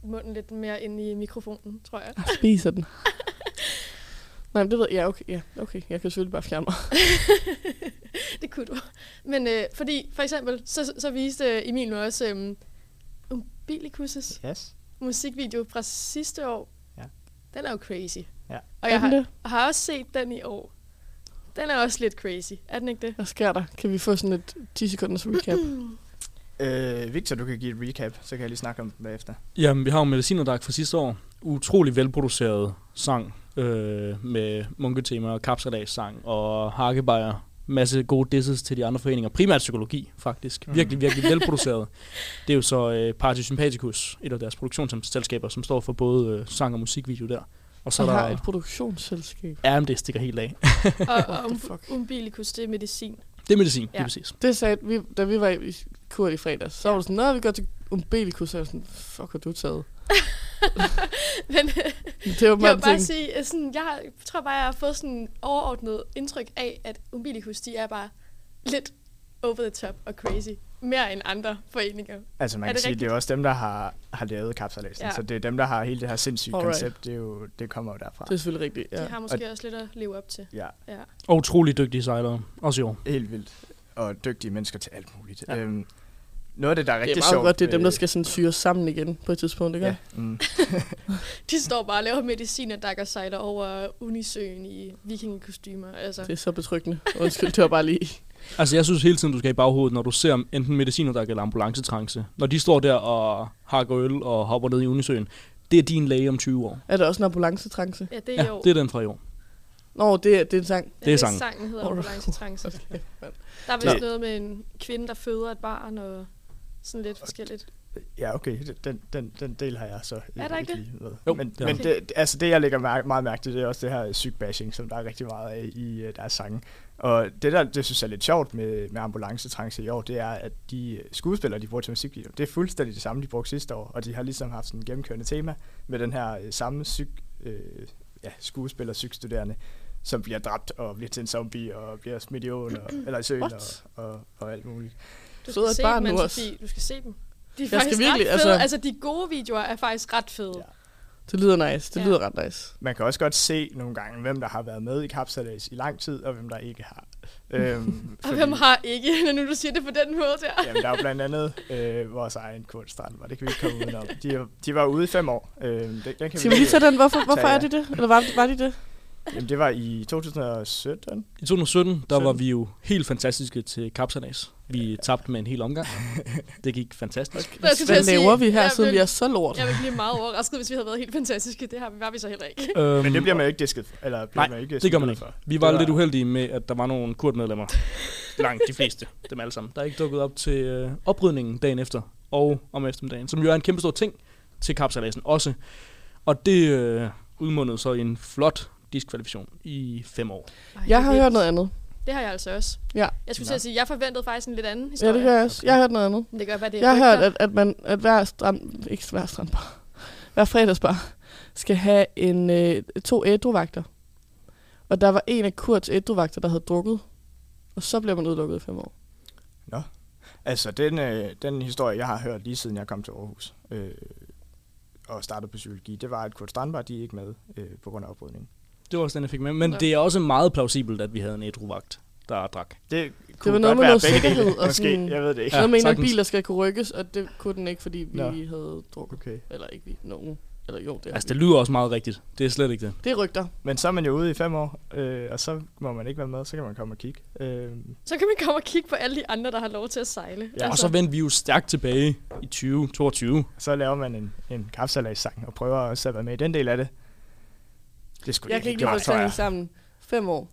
C: munden lidt mere inde i mikrofonen, tror jeg. <laughs>
B: Jeg spiser den. <laughs> Nej, men det ved jeg. Ja, okay, ja, okay. Jeg kan selvfølgelig bare fjerne mig.
C: det kunne du. Men øh, fordi, for eksempel, så, så viste Emil nu også øhm, Umbilicus'
D: Yes.
C: musikvideo fra sidste år.
D: Ja.
C: Den er jo crazy.
D: Ja.
C: Og
B: Er den
C: jeg har,
B: det?
C: har også set den i år. Den er også lidt crazy. Er den
B: <laughs>
C: ikke det?
B: Hvad sker der? Kan vi få sådan et 10 sekunders recap?
D: Øh, Victor, du kan give et recap, så kan jeg lige snakke om den bagefter.
E: Jamen, vi har jo Medicinerdag fra sidste år. Utrolig velproduceret sang øh, med munketema og kapsalags-sang og hakkebajer. Masse gode disses til de andre foreninger. Primært psykologi, faktisk.
D: Mm.
E: Virkelig, virkelig velproduceret. Det er jo så øh, Party Sympaticus, et af deres produktionsselskaber, som står for både øh, sang og musikvideo der. Og så
B: Så
E: er
B: der...
E: der...
B: har et produktionsselskab.
E: Ja, men det stikker helt af. <laughs>
C: Og, og
B: What the
C: um,
B: fuck?
C: Umbilicus, det er medicin.
E: Det er medicin, ja.
C: Ja.
E: lige præcis.
B: Det sagde vi, da vi var i Kurt i fredags. Så var det sådan, nå, vi går til umbilikus. Så var jeg sådan, fuck, har du taget?
C: <laughs> Men
B: Det var bare
C: jeg vil
B: en
C: bare
B: ting.
C: sige, at sådan, jeg har- tror bare, jeg har fået sådan en overordnet indtryk af, at Umbilicus, de er bare lidt over the top og crazy. Mere end andre foreninger.
D: Altså
C: Er
D: man kan
C: det
D: sige, det er også dem, der har, har lavet kapsalæsen,
C: Ja.
D: ja. så det er dem, der har hele det her sindssyge
B: Alright.
D: Alright. koncept, det, er jo, det kommer jo derfra.
B: Det er selvfølgelig rigtigt,
C: Ja.
B: ja.
C: De har måske også lidt at leve op til.
D: Ja,
C: Ja.
E: Og utrolig dygtige sejlere, også i år.
D: helt vildt. Og dygtige mennesker til alt muligt.
E: Ja.
D: Ja. Øhm, noget af det, der er
B: Det
D: rigtig
B: er meget
D: sjovt...
B: godt, det er dem, der skal sådan syre sammen igen på et tidspunkt, ikke?
D: Ja, mm.
C: De står bare og laver medicin og dakker sejler over Unisøen i vikingekostymer. Altså.
B: Det er så betryggende. Undskyld, det var bare lige...
E: Altså, jeg synes hele tiden, du skal i baghovedet, når du ser enten medicinerdag eller ambulancetrance. Når de står der og hakker øl og hopper ned i Unisøen, det er din læge om 20 år.
B: Er der også en ambulancetrance?
C: Ja, det er
E: Ja,
C: i år.
E: det er den fra i år.
B: Nå, det er, det er en sang.
E: Det er sangen.
C: sangen hedder
B: Alright.
C: Ambulancetrance.
B: Okay, mand.
C: Der er vist
D: Det-
C: noget med en kvinde, der føder et barn og sådan lidt forskelligt.
D: ja okay, den, den, den del har jeg så
C: Er der ikke
D: lige med.
E: Jo,
D: men
E: det er
D: men
C: der.
D: det, altså det, jeg lægger mærke, meget mærke til, det er også det her sygbashing, som der er rigtig meget af i øh, deres sange. Og det, der det synes jeg er lidt sjovt med, med ambulancetrance i år, det er, at de øh, skuespillere, de bruger til musikvideo, det er fuldstændig det samme, de brugte sidste år, og de har ligesom haft sådan en gennemkørende tema med den her øh, samme syg, øh, ja, skuespiller, sygstuderende, som bliver dræbt og bliver til en zombie og bliver smidt i åen, og, eller i søen og,
B: What?
D: og, og alt muligt.
C: Du
B: Føder
C: skal
B: et
C: se
B: barn
C: dem,
B: nu
C: anne
B: også.
C: Sofie. Du skal se dem. De er
B: skal
C: faktisk
B: virkelig,
C: ret fede. Altså...
B: altså-
C: altså, de gode videoer er faktisk ret fede. Ja.
D: Ja.
B: Det lyder nice. Det
C: Ja.
B: lyder ret nice.
D: Man kan også godt se nogle gange, hvem der har været med i kapsalæs i lang tid, og hvem der ikke
B: <laughs>
D: har. Øhm,
C: Og hvem har ikke, når nu du siger det på den måde der?
D: <laughs> Jamen, der er jo blandt andet øh, vores egen Kurt Strandberg, det kan vi ikke komme udenom. De, er- de var ude i fem år. Øh, den, den kan
B: Skal vi lige
D: ikke-
B: tage den? Hvorfor, hvorfor
D: Tag,
B: er
D: ja.
B: de det? Eller var, var de det?
D: Jamen, det var i 2017.
E: I 2017, der var
D: Sytten.
E: vi jo helt fantastiske til kapsanas. Vi tabte med en hel
C: <laughs>
E: omgang. Det gik fantastisk.
C: Jeg skulle til
B: Hvad
C: at sige,
B: laver vi her,
C: jeg
B: siden
C: vil-
B: vi er så lort?
C: Jeg vil blive
B: <laughs>
C: meget overrasket, hvis vi havde været helt fantastiske. Det har vi, var vi så heller ikke.
E: Øhm,
D: Men det bliver man jo ikke disket for. Eller bliver
E: Nej,
D: man ikke
E: det gør man
D: smidt ud for.
E: Vi var,
D: Det
E: lidt uheldige med, at der var nogle
D: <laughs>
E: kurdmedlemmer. Langt de fleste. Dem alle sammen. Der er ikke dukket op til øh, oprydningen dagen efter og om eftermiddagen, som jo er en kæmpe stor ting til kapsalasen også. Og det øh, udmundede så i en flot diskvalifikation i fem år.
C: Ej,
B: Jeg har
C: vildt.
B: hørt noget andet.
C: Det har jeg altså også.
B: Ja.
C: Jeg skulle
E: Nå.
C: til at sige, jeg forventede faktisk en lidt anden
B: Ja,
C: historie.
B: det gør jeg også. Jeg har hørt noget andet.
C: Men det gør, hvad det er.
B: Jeg har hørt,
C: rygter.
B: at, at, man, at hver strand, ikke hver strandbar, hver fredagsbar, skal have en, øh, to ædruvagter. Og der var en af Kurts ædruvagter, der havde drukket. Og så blev man udelukket i fem år.
D: Altså, den, øh, den historie, jeg har hørt lige siden jeg kom til Aarhus øh, og startede på psykologi, det var, at Kurt Strandberg, de er ikke med øh, på grund af oprydningen.
E: Det var også den, jeg fik med. Men
C: Nå.
E: det er også meget plausibelt, at vi havde en ædruvagt, der drak.
D: Det kunne
B: var noget
D: godt
B: med
D: være
B: noget
D: begge
B: sikkerhed
D: dele,
B: og
D: måske.
B: sådan-
D: Jeg ved det ikke.
B: Ja,
E: Ja,
B: Noget med en af
E: sagtens.
B: biler skal kunne rykkes, og det kunne den ikke, fordi vi
D: Nå.
B: havde drukket.
D: Okay.
B: Eller ikke vi, nogen. Eller jo, det, er
E: Altså,
B: vi.
E: det lyder også meget rigtigt. Det er slet ikke det.
B: det er rygter.
D: Men så er man jo ude i fem år, øh, og så må man ikke være med, så kan man komme og kigge. Øh,
C: Så kan man komme og kigge på alle de andre, der har lov til at sejle. Altså,
D: Ja.
E: Og så vendte vi jo stærkt tilbage i 2022.
D: så laver man en, en kapsalas-sang og prøver også at være med i den del af det. Det skulle
B: Jeg kan ikke lige få tingene sammen. Fem år.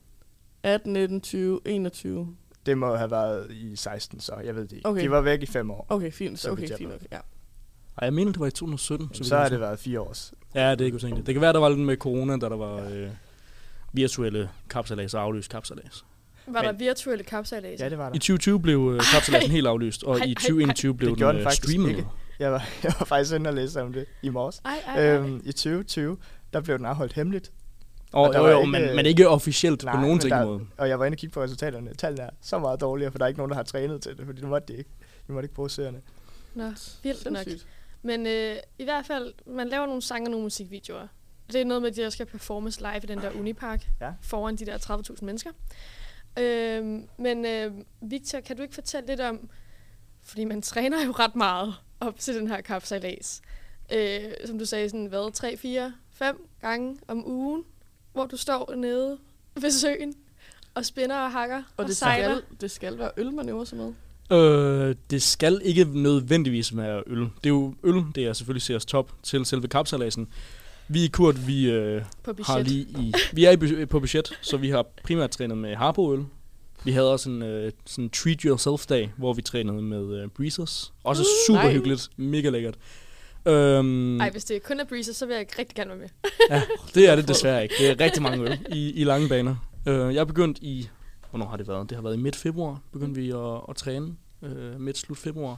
B: 18, 19, 20, 21.
D: Det må have været i 16, så jeg ved det ikke.
B: Okay.
D: Okay. De var væk i fem år.
B: Okay, fint.
D: Så
B: Så okay,
D: vidt jeg
B: fint.
D: ved.
B: Okay, ja.
E: Ej, jeg mener, det var i 2017.
D: Så,
E: vidt
D: så
E: jeg
D: har
E: husker.
D: det været fire års.
E: Ja, det er ikke utænkeligt. Det kan være, der var lidt med corona, da der var øh, virtuelle kapsalas og aflyst kapsalas.
C: Var der
D: Men-
C: virtuelle kapsalaser?
D: Ja, det var
E: I
D: der.
E: 2020 blev øh, kapsalasen helt aflyst, og
C: Ej, ej,
E: i
C: ej.
E: 2021 blev
D: Det
E: den
D: gjorde den
E: øh,
D: faktisk
E: streamet.
D: ikke. Jeg var, <laughs> jeg var faktisk inde og læse om det i morges.
C: Ej, ej, ej.
D: Øhm, I 2020, der blev den afholdt hemmeligt,
E: Og,
D: Og der
E: jo,
D: var
E: jo,
D: ikke,
E: men,
D: øh,
E: men ikke officielt på
D: nej,
E: nogen
D: men
E: ting
D: der-
E: måde.
D: og jeg var inde og kigge på resultaterne. Tallene er så meget dårligere, for der er ikke nogen, der har trænet til det, fordi det måtte de ikke. De måtte ikke bruge seerne.
C: Nå, vildt nok.
B: Sindssygt.
C: Men øh, i hvert fald, man laver nogle sange og nogle musikvideoer. Det er noget med, at jeg skal performes live i den der Unipark
D: Ja.
C: foran de der 30.000 mennesker. Øh, men øh, Victor, kan du ikke fortælle lidt om, fordi man <laughs> træner jo ret meget op til den her kapsalas. Øh, som du sagde, sådan hvad, 3, 4, 5 gange om ugen, hvor du står nede ved søen og spinner og hakker og,
B: Og det
C: sejler.
B: skal, det skal være øl, man øver sig med.
E: Øh, det skal ikke nødvendigvis være øl. Det er jo øl, det er selvfølgelig Sears Top, til selve kapsalasen. Vi i Kurt, vi øh,
C: På
E: har
C: budget.
E: lige i... Vi er i, bu- på budget, så vi har primært trænet med harboøl. Vi havde også en øh, sådan treat yourself dag, hvor vi trænede med øh, breezers. Også super
B: nej.
E: hyggeligt, mega lækkert. Øhm,
C: Uh, Ej, hvis det kun er breezer, så vil jeg ikke rigtig gerne være med.
E: ja, det er det desværre ikke. Det er rigtig mange øl i, i lange baner. Øh, jeg er begyndt i... Hvornår har det været? Det har været i midt februar, begyndte vi at, at træne. Øh, midt slut februar.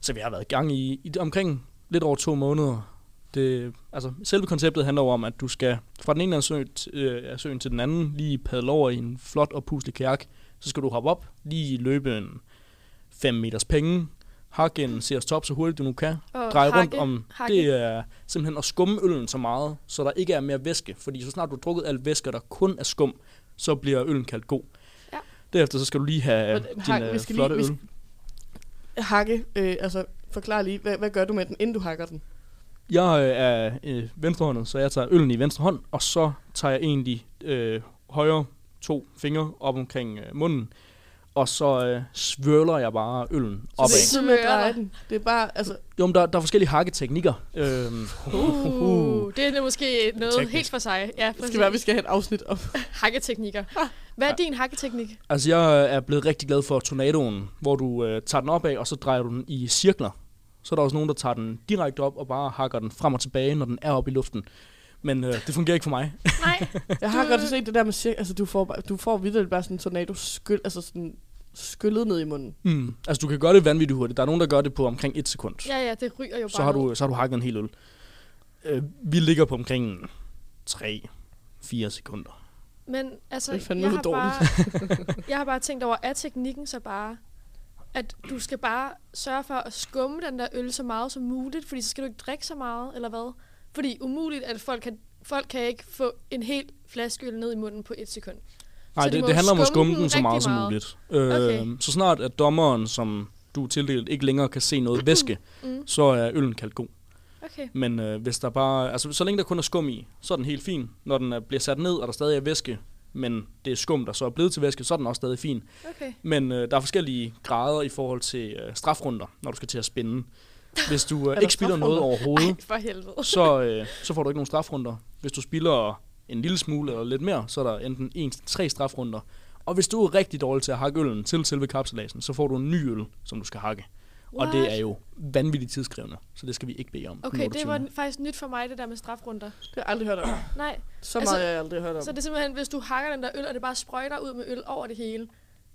E: Så vi har været i gang i, i omkring lidt over to måneder. Det, altså, selve konceptet handler jo om, at du skal fra den ene af søen, t- øh, af søen til den anden lige padle over i en flot og puslig kajak. Så skal du hoppe op, lige løbe en 5 meters penge, hakke en Sears top så hurtigt du nu kan,
C: Og
E: dreje rundt
C: hakke,
E: om,
C: hakke.
E: det er simpelthen at skumme øllen så meget, så der ikke er mere væske. Fordi så snart du har drukket al væske, og der kun er skum, så bliver øllen kaldt god.
C: Ja.
E: Derefter så skal du lige have
B: Og det-
E: din
B: hak-
E: hak,
B: vi skal lige-
E: flotte
B: vi
E: øl.
B: skal- Hakke, øh, altså forklar lige, hvad, hvad gør du med den, inden du hakker den?
E: Jeg øh, er øh, venstrehåndet, så jeg tager øllen i venstre hånd, og så tager jeg egentlig øh, højre to fingre op omkring øh, munden, og så øh, svøler jeg bare øllen opad.
B: det er ikke noget med at dreje den. Det er bare, altså,
E: Jo, men der, der er forskellige hakketeknikker. Øhm,
C: Uh, det er måske noget
E: Teknisk.
C: Teknisk. helt for sig. Ja,
B: det
C: præcis.
B: skal Ah. være, vi skal have et afsnit om.
C: Hakketeknikker. Hvad er din hakketeknik?
E: Altså, jeg øh, er blevet rigtig glad for tornadoen, hvor du øh, tager den op af, og så drejer du den i cirkler. Så er der også nogen, der tager den direkte op og bare hakker den frem og tilbage, når den er oppe i luften. Men øh, det fungerer ikke for mig. <laughs>
C: Nej.
B: <laughs> Jeg har godt set det der med cirka, altså du får, bare- du får videre bare sådan en tornado skyld, altså sådan skyllet ned i munden.
E: Mm. Altså, du kan gøre det vanvittigt hurtigt. Der er nogen, der gør det på omkring et sekund.
C: <laughs> Ja, ja, det ryger jo bare.
E: så, har
C: ned.
E: du, så har du hakket en hel øl. Øh, vi ligger på omkring 3-4 sekunder.
C: Men altså,
B: Det er fandme
C: jeg, har
B: dårligt.
C: bare,
B: <laughs>
C: jeg har bare tænkt over, er teknikken så bare, at du skal bare sørge for at skumme den der øl så meget som muligt, fordi så skal du ikke drikke så meget, eller hvad? Fordi umuligt, at folk kan, folk kan ikke få en hel flaske øl ned i munden på et sekund.
E: Nej,
C: de
E: det,
C: må
E: det handler om at
C: skumme
E: skumme
C: den
E: den så
C: rigtig
E: meget som
C: meget.
E: muligt. Øh,
C: Okay.
E: Så snart at dommeren, som du er tildelt, ikke længere kan se noget væske,
C: Mm.
E: så er øllen kaldt god.
C: Okay.
E: Men øh, hvis der bare, altså så længe der kun er skum i, så er den helt fin. Når den er, bliver sat ned, og der stadig er væske, men det er skum, der så er blevet til væske, så er den også stadig fin.
C: Okay.
E: Men øh, der er forskellige grader i forhold til øh, strafrunder, når du skal til at spænde. Hvis
C: <laughs>
E: du øh,
B: der
E: ikke spiller noget
C: Ej,
E: overhovedet,
C: for helvede.
E: så, øh, så får du ikke nogen strafrunder. Hvis du spiller en lille smule eller lidt mere, så er der enten en til tre strafrunder. Og hvis du er rigtig dårlig til at hakke øllen til selve kapselasen, så får du en ny øl, som du skal hakke. What? Og det er jo vanvittigt tidskrævende, så det skal vi ikke bede om.
C: Okay, det var
E: 28.
C: faktisk nyt for mig, det der med strafrunder.
B: Det har jeg aldrig hørt om.
C: Nej,
B: Så meget
C: Altså,
B: altså, har jeg aldrig hørt om.
C: så det er simpelthen, hvis du hakker den der øl, og det bare sprøjter ud med øl over det hele,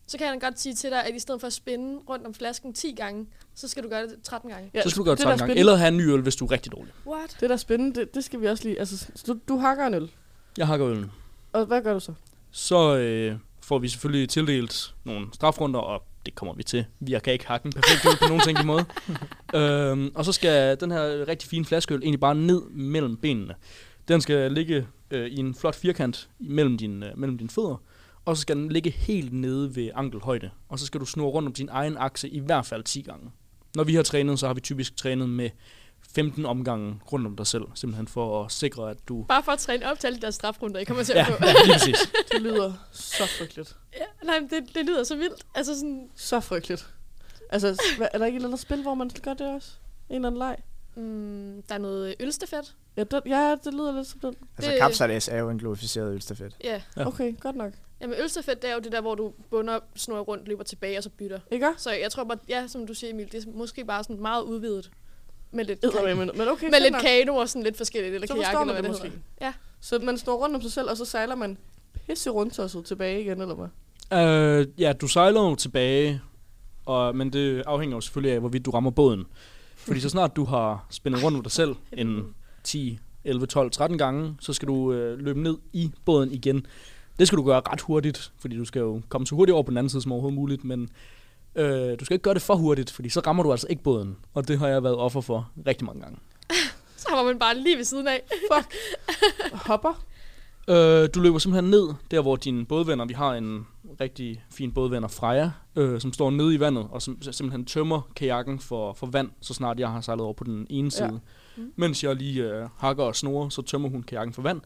C: så kan han godt sige til dig, at i stedet for at spænde rundt om flasken 10 gange, så skal du gøre det 13 gange.
B: ja,
E: Så skal du gøre
B: det
E: det
B: der
E: 13 gange.
B: spændende-
E: Eller have en ny øl, hvis du er rigtig dårlig.
C: What?
B: Det der er spændende, det, det skal vi også lige... Altså, så du, du hakker en øl,
E: Jeg hakker øllen.
B: og hvad gør du så?
E: Så øh, får vi selvfølgelig tildelt nogle strafrunder, og det kommer vi til. Vi kan ikke hakke den perfekt ud på nogen tænkelig måde. øhm, og så skal den her rigtig fine flaskeøl egentlig bare ned mellem benene. Den skal ligge øh, i en flot firkant mellem, din, øh, mellem dine fødder, og så skal den ligge helt nede ved ankelhøjde. Og så skal du snurre rundt om din egen akse i hvert fald 10 gange. Når vi har trænet, så har vi typisk trænet med 15 omgange rundt om dig selv, simpelthen for at sikre, at du...
C: Bare for at træne op til alle de der strafrunder, I kommer til at
E: Ja,
C: få. <laughs>
E: <laughs> ja lige præcis.
B: Det lyder så frygteligt.
C: Ja, nej, men det, det lyder så vildt. Altså sådan,
B: Så frygteligt. Altså, s- hvad- er der ikke et eller andet spil, hvor man skal gøre det også? En eller anden leg?
C: mm, der er noget ølstafet.
B: Ja, den, ja det lyder lidt som den.
D: Altså,
C: Det-
D: kapsalas er jo en glorificeret ølstafet.
C: Ja,
E: Ja.
B: Okay, godt nok.
C: Jamen ølstafet, det er jo det der, hvor du bunder, snor rundt, løber tilbage og så bytter.
B: Ikke også?
C: Så jeg tror bare, ja, som du siger Emil, det er måske bare sådan meget udvidet. Med lidt,
B: Eddermame, Men men okay,
C: med
B: fedt
C: lidt
B: nok.
C: kano og sådan lidt forskelligt, eller
B: Så
C: kajak,
B: forstår
C: eller
B: man
C: hvad
B: det
C: det,
B: måske.
C: hedder. Ja.
B: Så man står rundt om sig selv, og så sejler man pisse rundt tilbage igen, eller hvad?
E: Øh, ja, du sejler jo tilbage, og, men det afhænger jo selvfølgelig af, hvorvidt du rammer båden. Fordi så snart du har spændet rundt med dig selv en 10, 11, 12, 13 gange, så skal du øh, løbe ned i båden igen. Det skal du gøre ret hurtigt, fordi du skal jo komme så hurtigt over på den anden side som overhovedet muligt, men øh, du skal ikke gøre det for hurtigt, fordi så rammer du altså ikke båden, og det har jeg været offer for rigtig mange gange.
C: Så var man bare lige ved siden af.
B: Hopper?
E: Øh, du løber simpelthen ned, der hvor dine bådvenner, vi har en rigtig fin bådvenner, Freja, øh, som står nede i vandet, og som sim- simpelthen tømmer kajakken for, for vand, så snart jeg har sejlet over på den ene
B: Ja.
E: side. Ja. Mm. Mens jeg lige øh, hakker og snorer, så tømmer hun kajakken for vand,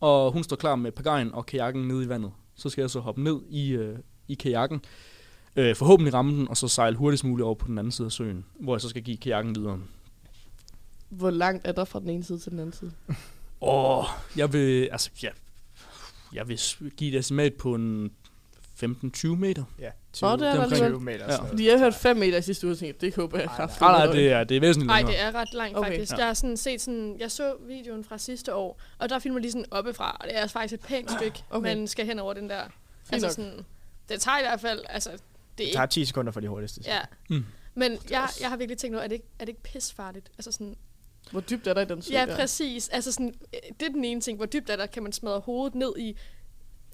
E: og hun står klar med pagajen og kajakken nede i vandet. Så skal jeg så hoppe ned i, øh, i kajakken, øh, forhåbentlig ramme den, og så sejle hurtigst muligt over på den anden side af søen, hvor jeg så skal give kajakken videre.
B: Hvor langt er der fra den ene side til den anden side?
E: Åh, jeg vil, altså, jeg, jeg vil s- give et estimat på en 15-20 meter.
D: Ja,
B: Nå, det er der alligevel.
D: 20 meter.
E: Ja.
D: Ja.
B: Fordi jeg hørte 5 meter i sidste uge, og tænkte, det håber jeg
D: Ej,
B: kraftigt.
E: Ah, Nej, nej, det er, det er væsentligt
C: Nej,
E: længere.
C: det er ret langt
B: Okay.
C: okay. faktisk.
E: Ja.
C: Jeg har sådan set sådan, jeg så videoen fra sidste år, og der filmer de sådan oppefra, og det er altså faktisk et pænt stykke,
B: Ah, Okay.
C: okay. man skal hen over den der. altså
B: nok.
C: sådan, det tager i hvert fald, altså, det er
D: Det tager
C: ikke,
D: 10 sekunder for de hurtigste.
C: ja.
E: Mm.
C: Men jeg,
B: også-
C: jeg har virkelig tænkt noget, er det ikke, er det ikke pisfarligt? Altså sådan,
B: Hvor dybt er der i den sø?
C: ja,
B: der?
C: præcis. Altså sådan, øh, det er den ene ting, hvor dybt er der, kan man smadre hovedet ned i,
E: Det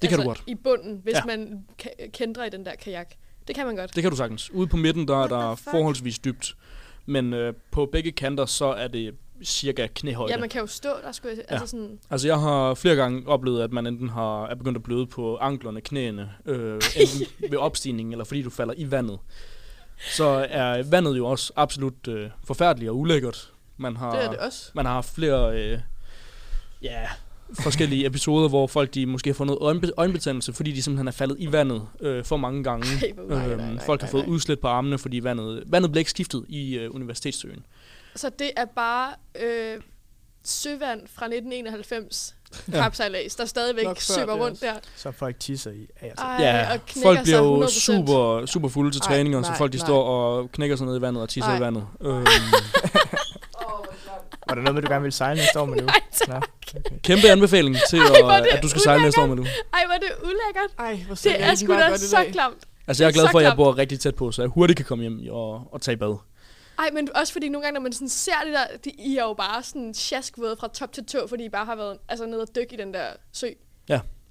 E: kan
C: altså,
E: du godt.
C: i bunden, hvis
E: Ja.
C: ja. man ka- kendrer i den der kajak. Det kan man godt.
E: Det kan du sagtens. Ude på midten, der er
C: What the
E: der
C: fuck?
E: forholdsvis dybt. Men øh, på begge kanter, så er det cirka knæhøjde.
C: Ja, man kan jo stå der, skulle jeg, altså sådan,
E: Altså, jeg har flere gange oplevet, at man enten har, er begyndt at bløde på anklerne, knæene, øh, enten ved opstigningen, eller fordi du falder i vandet. Så er vandet jo også absolut øh, forfærdeligt og ulækkert. Man har,
B: Det er det også.
E: Man har haft flere øh, ja, forskellige episoder, hvor folk de måske har fået noget øjenbe- øjenbetændelse, fordi de simpelthen er faldet i vandet øh, for mange
C: <laughs>
E: gange.
C: Ej, hvor
E: Øhm,
B: nej, nej,
E: folk
B: nej,
E: har fået
B: nej.
E: udslæt på armene, fordi vandet, vandet blev ikke skiftet i øh, universitetssøen.
C: Så det er bare øh, søvand fra 1991
E: Ja.
C: kapsejlads, der stadigvæk
B: Nok før
C: søber
B: det
C: rundt der.
D: Så folk tisser i. Ja, altså.
C: Ej,
E: ja,
C: og knækker
E: folk bliver
C: sig
E: jo
C: 100%.
E: super, super fulde til
B: Ej,
E: træninger, så
B: nej,
E: folk de
B: nej.
E: står og knækker sig ned i vandet og tisser
B: Ej.
E: i vandet. Øhm,
D: Var der noget med, du gerne ville sejle næste år med nu?
C: <laughs> Nej, tak.
D: Nå, okay.
E: kæmpe anbefaling til,
C: hvor er
E: at,
C: det
E: at du skal sejle næste år med nu.
C: Ej, hvor er det ulækkert.
B: Ej, hvor
C: Det
B: sikkert
C: er
B: den
C: sgu
B: bare
C: da
B: godt i
C: så
B: dag.
C: klamt.
E: Altså, jeg er
C: Det er
E: glad
C: så
E: for, at jeg
C: klamt.
E: bor rigtig tæt på, så jeg hurtigt kan komme hjem og, og tage i bad.
C: Ej, men også fordi nogle gange, når man sådan ser det der, de, I er jo bare sådan sjaskvåde fra top til tå, fordi I bare har været altså, nede og dykke i den der sø.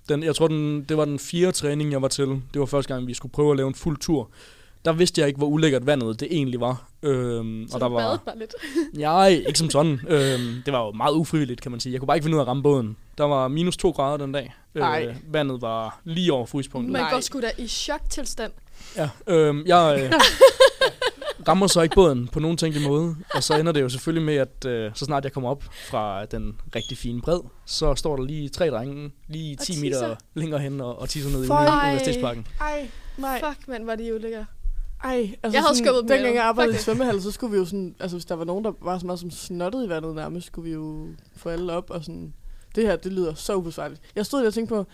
E: Den, jeg tror, den, det var den fjerde træning, jeg var til. Det var første gang, vi skulle prøve at lave en fuld tur. Der vidste jeg ikke, hvor ulækkert vandet det egentlig var. Øhm,
C: Så
E: og der
C: du
E: var
C: badede bare lidt.
E: Nej, ikke som sådan. øhm, det var jo meget ufrivilligt, kan man sige. Jeg kunne bare ikke finde ud af at ramme båden. Der var minus to grader den dag. Øh,
B: Ej.
E: vandet var
C: Oh
E: lige over frysepunktet.
C: Man
B: Nej.
D: <laughs>
C: går sgu da i choktilstand.
E: Ja, øhm, jeg, øh, rammer så ikke båden på nogen tænkelig måde. Og så ender det jo selvfølgelig med, at øh, så snart jeg kommer op fra den rigtig fine bred, så står der lige tre drenge, lige
C: Og
E: 10
C: tisser.
E: meter længere hen og, og tisser ned i
B: Føj.
E: uni- universitetsparken.
B: Ej, nej.
C: Fuck, mand, var de ulækkere.
B: Ej, altså
C: Jeg havde
B: sådan,
C: skubbet dem
B: dengang
C: i
B: jeg
C: vandet.
B: arbejdede i
C: Fuck
B: svømmehallen, så skulle vi jo sådan, altså hvis der var nogen, der var så meget som snottede i vandet nærmest, skulle vi jo få alle op og sådan, det her, det lyder så ubesvarligt. Jeg stod lige og tænkte på,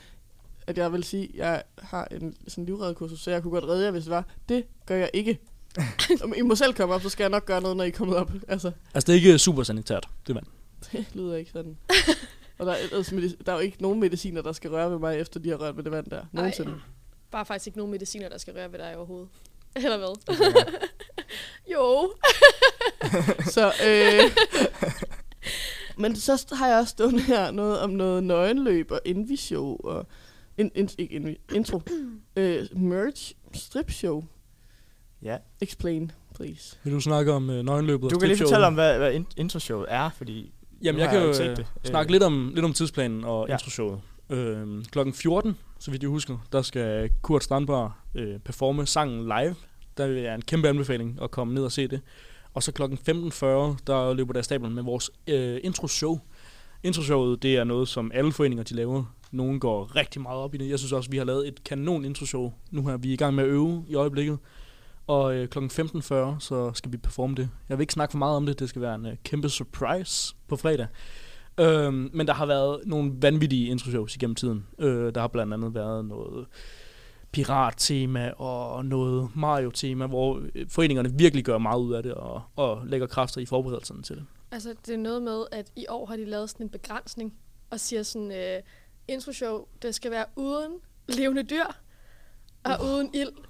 B: at jeg vil sige, jeg har en sådan livreddekursus, så jeg kunne godt redde jer, hvis det var. Det gør jeg
C: <laughs>
B: ikke. Om I må selv komme op, så skal jeg nok gøre noget, når I kommer op. Altså,
E: Altså, det er ikke super sanitært, det vand.
B: det lyder ikke
C: <laughs>
B: sådan. Og der er, ellers medic- der er jo ikke nogen mediciner, der skal røre ved mig, efter de har rørt ved det vand der. Nogensinde.
C: Bare faktisk ikke nogen mediciner, der skal røre ved dig overhovedet. Eller hvad?
E: Altså,
C: <laughs> Jo.
D: <laughs>
B: Så, øh, <laughs> men så st- har jeg også stående her noget om noget nøgenløb og envishow og in, in, ikke envi,
D: <clears throat>
B: intro, øh, merch, stripshow.
D: Ja.
B: Explain, please.
E: Vil du snakke om øh, nøgenløbet?
D: Du
E: og
D: kan lige
E: stripshowet?
D: fortælle om, hvad, hvad in- introshowet er, fordi
E: Jamen,
D: nu
E: jeg
D: har
E: kan
D: jo
E: jo
D: ikke set
E: øh,
D: det. Øh.
E: snakke lidt om, lidt om tidsplanen og
D: Ja.
E: ja. introshowet. Øh, klokken 14, så vidt jeg husker, der skal Kurt Strandberg øh, performe sangen live. Der vil være en kæmpe anbefaling at komme ned og se det. Og så klokken 15.40, der løber der af stablen med vores øh, introshow. Introshowet, det er noget, som alle foreninger de laver. Nogle går rigtig meget op i det. Jeg synes også, vi har lavet et kanon introshow. Nu er vi i gang med at øve i øjeblikket. Og øh, kl. 15.40, så skal vi performe det. Jeg vil ikke snakke for meget om det. Det skal være en øh, kæmpe surprise på fredag. Øhm, men der har været nogle vanvittige introshows igennem tiden. Øh, der har blandt andet været noget pirat-tema og noget Mario-tema, hvor øh, foreningerne virkelig gør meget ud af det og, og lægger kræfter i forberedelserne til det.
C: Altså, det er noget med, at i år har de lavet sådan en begrænsning, og siger sådan, øh, introshow, det skal være uden levende dyr, og uden ild. <laughs>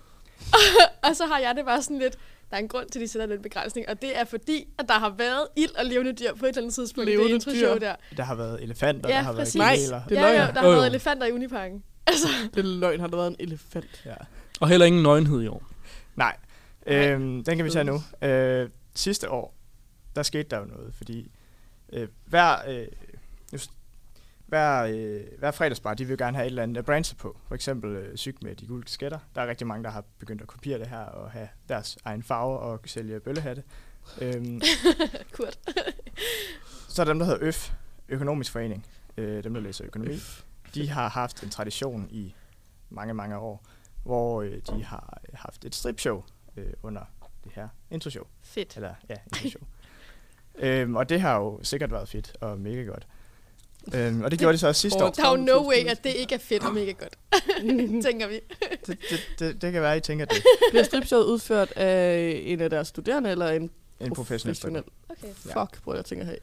C: og så har jeg det bare sådan lidt, der er en grund til, at de sætter den begrænsning, og det er fordi, at der har været ild og levende dyr på et eller andet tidspunkt i det
B: Levende
C: introshow
B: dyr.
C: der.
D: der har været elefanter,
C: Ja,
D: der har været
C: præcis.
D: kameler.
B: Det er
C: ja, ja,
B: løgn.
C: der
E: Jo,
C: har
E: jo.
C: været elefanter i uniparken.
D: Mm.
B: Det er løgn, har der været en elefant.
D: Ja.
E: Og heller ingen nøgenhed i år.
D: Nej, øhm, den kan vi tage nu. Øh, sidste år, der skete der jo noget, fordi øh, hver, øh, just, hver, øh, hver fredagsbar, de vil jo gerne have et eller andet at brande sig på. For eksempel øh, syg med de gule kasketter. Der er rigtig mange, der har begyndt at kopiere det her og have deres egen farve og sælge bøllehatte. Øhm,
C: Kurt.
D: så er der dem, der hedder ØF, Økonomisk Forening. Øh, dem, der læser økonomi. De har haft en tradition i mange, mange år, hvor øh, de har haft et stripshow øh, under det her introshow.
C: <laughs> Fedt.
D: Eller, ja, introshow. øhm, og det har jo sikkert været fedt og mega godt. Øhm, og det gjorde det så også sidste år.
B: Åh,
C: Der er jo no way, at det ikke er fedt og mega
B: <laughs>
C: godt, tænker vi.
D: Det, det, det, det kan være, I tænker, at det
B: Bliver stripshowet udført af en af deres studerende, eller en,
D: er en professionel stripper.
C: Okay.
D: Ja.
B: Fuck, prøv at tænke her.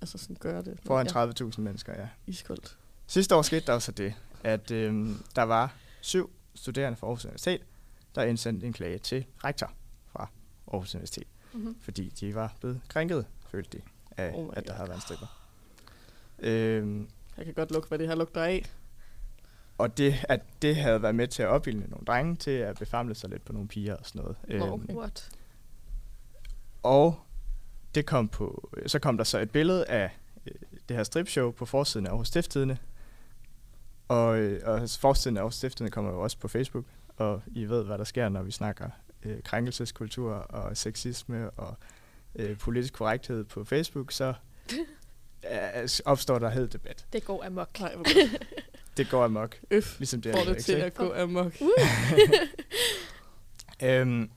B: Altså sådan gør jeg det.
D: Foran
B: Ja,
D: 30.000 mennesker, ja.
B: Iskoldt.
D: Sidste år skete der jo så det, at øhm, der var syv studerende fra Aarhus Universitet, der indsendte en klage til rektor fra Aarhus Universitet,
C: Mm-hmm.
D: fordi de var blevet krænket, følte de, af
B: Mhm. Oh my
D: oh at der
B: God.
D: havde været en stripper. Øhm,
B: Jeg kan godt lugte, hvad det her lugter af.
D: og det, at det havde været med til at opbilde nogle drenge til at befamle sig lidt på nogle piger og sådan noget. Øhm,
B: okay.
C: What?
D: Og det kom på, så kom der så et billede af øh, det her stripshow på forsiden af Aarhus Stiftstidende. Og, øh, og forsiden af Aarhus Stiftstidende kommer jo også på Facebook. Og I ved, hvad der sker, når vi snakker øh, krænkelseskultur og sexisme og øh, politisk korrekthed på
B: <laughs>
D: Facebook, så øh, opstår der hed debat.
C: Det går amok.
B: Nej, hvor godt.
D: <laughs> Det går amok,
B: Øf,
D: ligesom det er.
B: får det
D: Alex,
B: til
D: ikke?
B: at gå amok.
D: Øhm,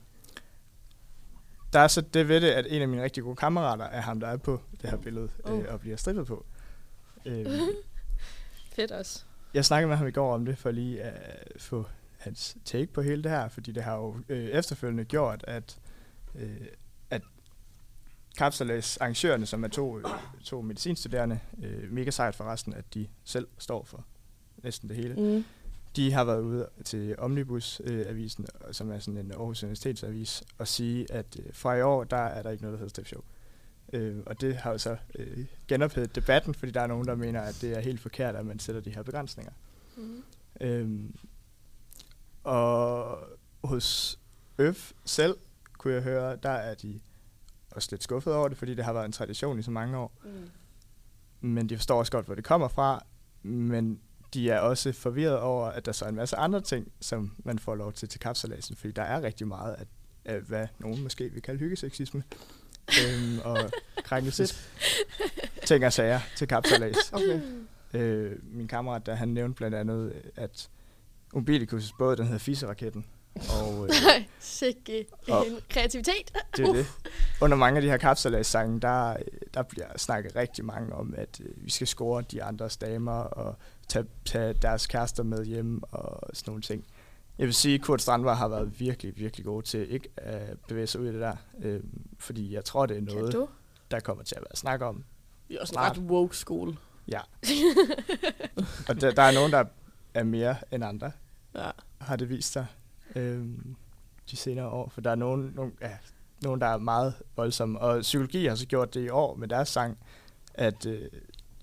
D: der er så det ved det, at en af mine rigtig gode kammerater er ham, der er på det her billede oh. øh,
B: Oh.
D: og bliver strippet på. Øhm,
C: Fedt også.
D: jeg snakkede med ham i går om det, for lige at få hans take på hele det her, fordi det har jo øh, efterfølgende gjort, at, øh, at kapsalæs arrangørerne, som er to, øh, to medicinstuderende, øh, mega sejt for resten, at de selv står for næsten det hele.
B: Mm.
D: De har været ude til Omnibus-avisen, øh, avisen, som er sådan en Aarhus Universitetsavis, og sige, at øh, fra i år, der er der ikke noget, der hedder Step Show. Øh, og det har jo så øh, genophedet debatten, fordi der er nogen, der mener, at det er helt forkert, at man sætter de her begrænsninger.
C: Mm-hmm.
D: Øhm, og hos ØF selv, kunne jeg høre, der er de også lidt skuffet over det, fordi det har været en tradition i så mange år. Mm. Men de forstår også godt, hvor det kommer fra, men de er også forvirret over, at der så er en masse andre ting, som man får lov til til kapsalasen, fordi der er rigtig meget, at af, hvad nogen måske vil kalde hyggeseksisme. øhm, og krænkelses ting og sager til kapsalas.
B: Okay.
D: Øh, min kammerat, der han nævnte blandt andet, øh, at Umbilicus' båd, den hedder Fisseraketten. Og øh,
C: Nej, sikke
D: Og-
C: en kreativitet.
D: det er jo det. Under mange af de her kapsalagssange, der, øh, der bliver snakket rigtig mange om, at øh, vi skal score de andres damer og tage, tage deres kærester med hjem og sådan nogle ting. Jeg vil sige, at Kurt Strandvar har været virkelig, virkelig god til ikke at bevæge sig ud i det der. Øh, fordi jeg tror, det er noget,
C: Kado.
D: der kommer til at være snak om.
B: Det er også en ret woke skole.
D: Ja. og der, der er nogen, der er mere end andre,
B: Ja.
D: har det vist sig øhm, de senere år. For der er nogen, nogen, ja, nogen, der er meget voldsomme. Og psykologi har så gjort det i år med deres sang, at øh,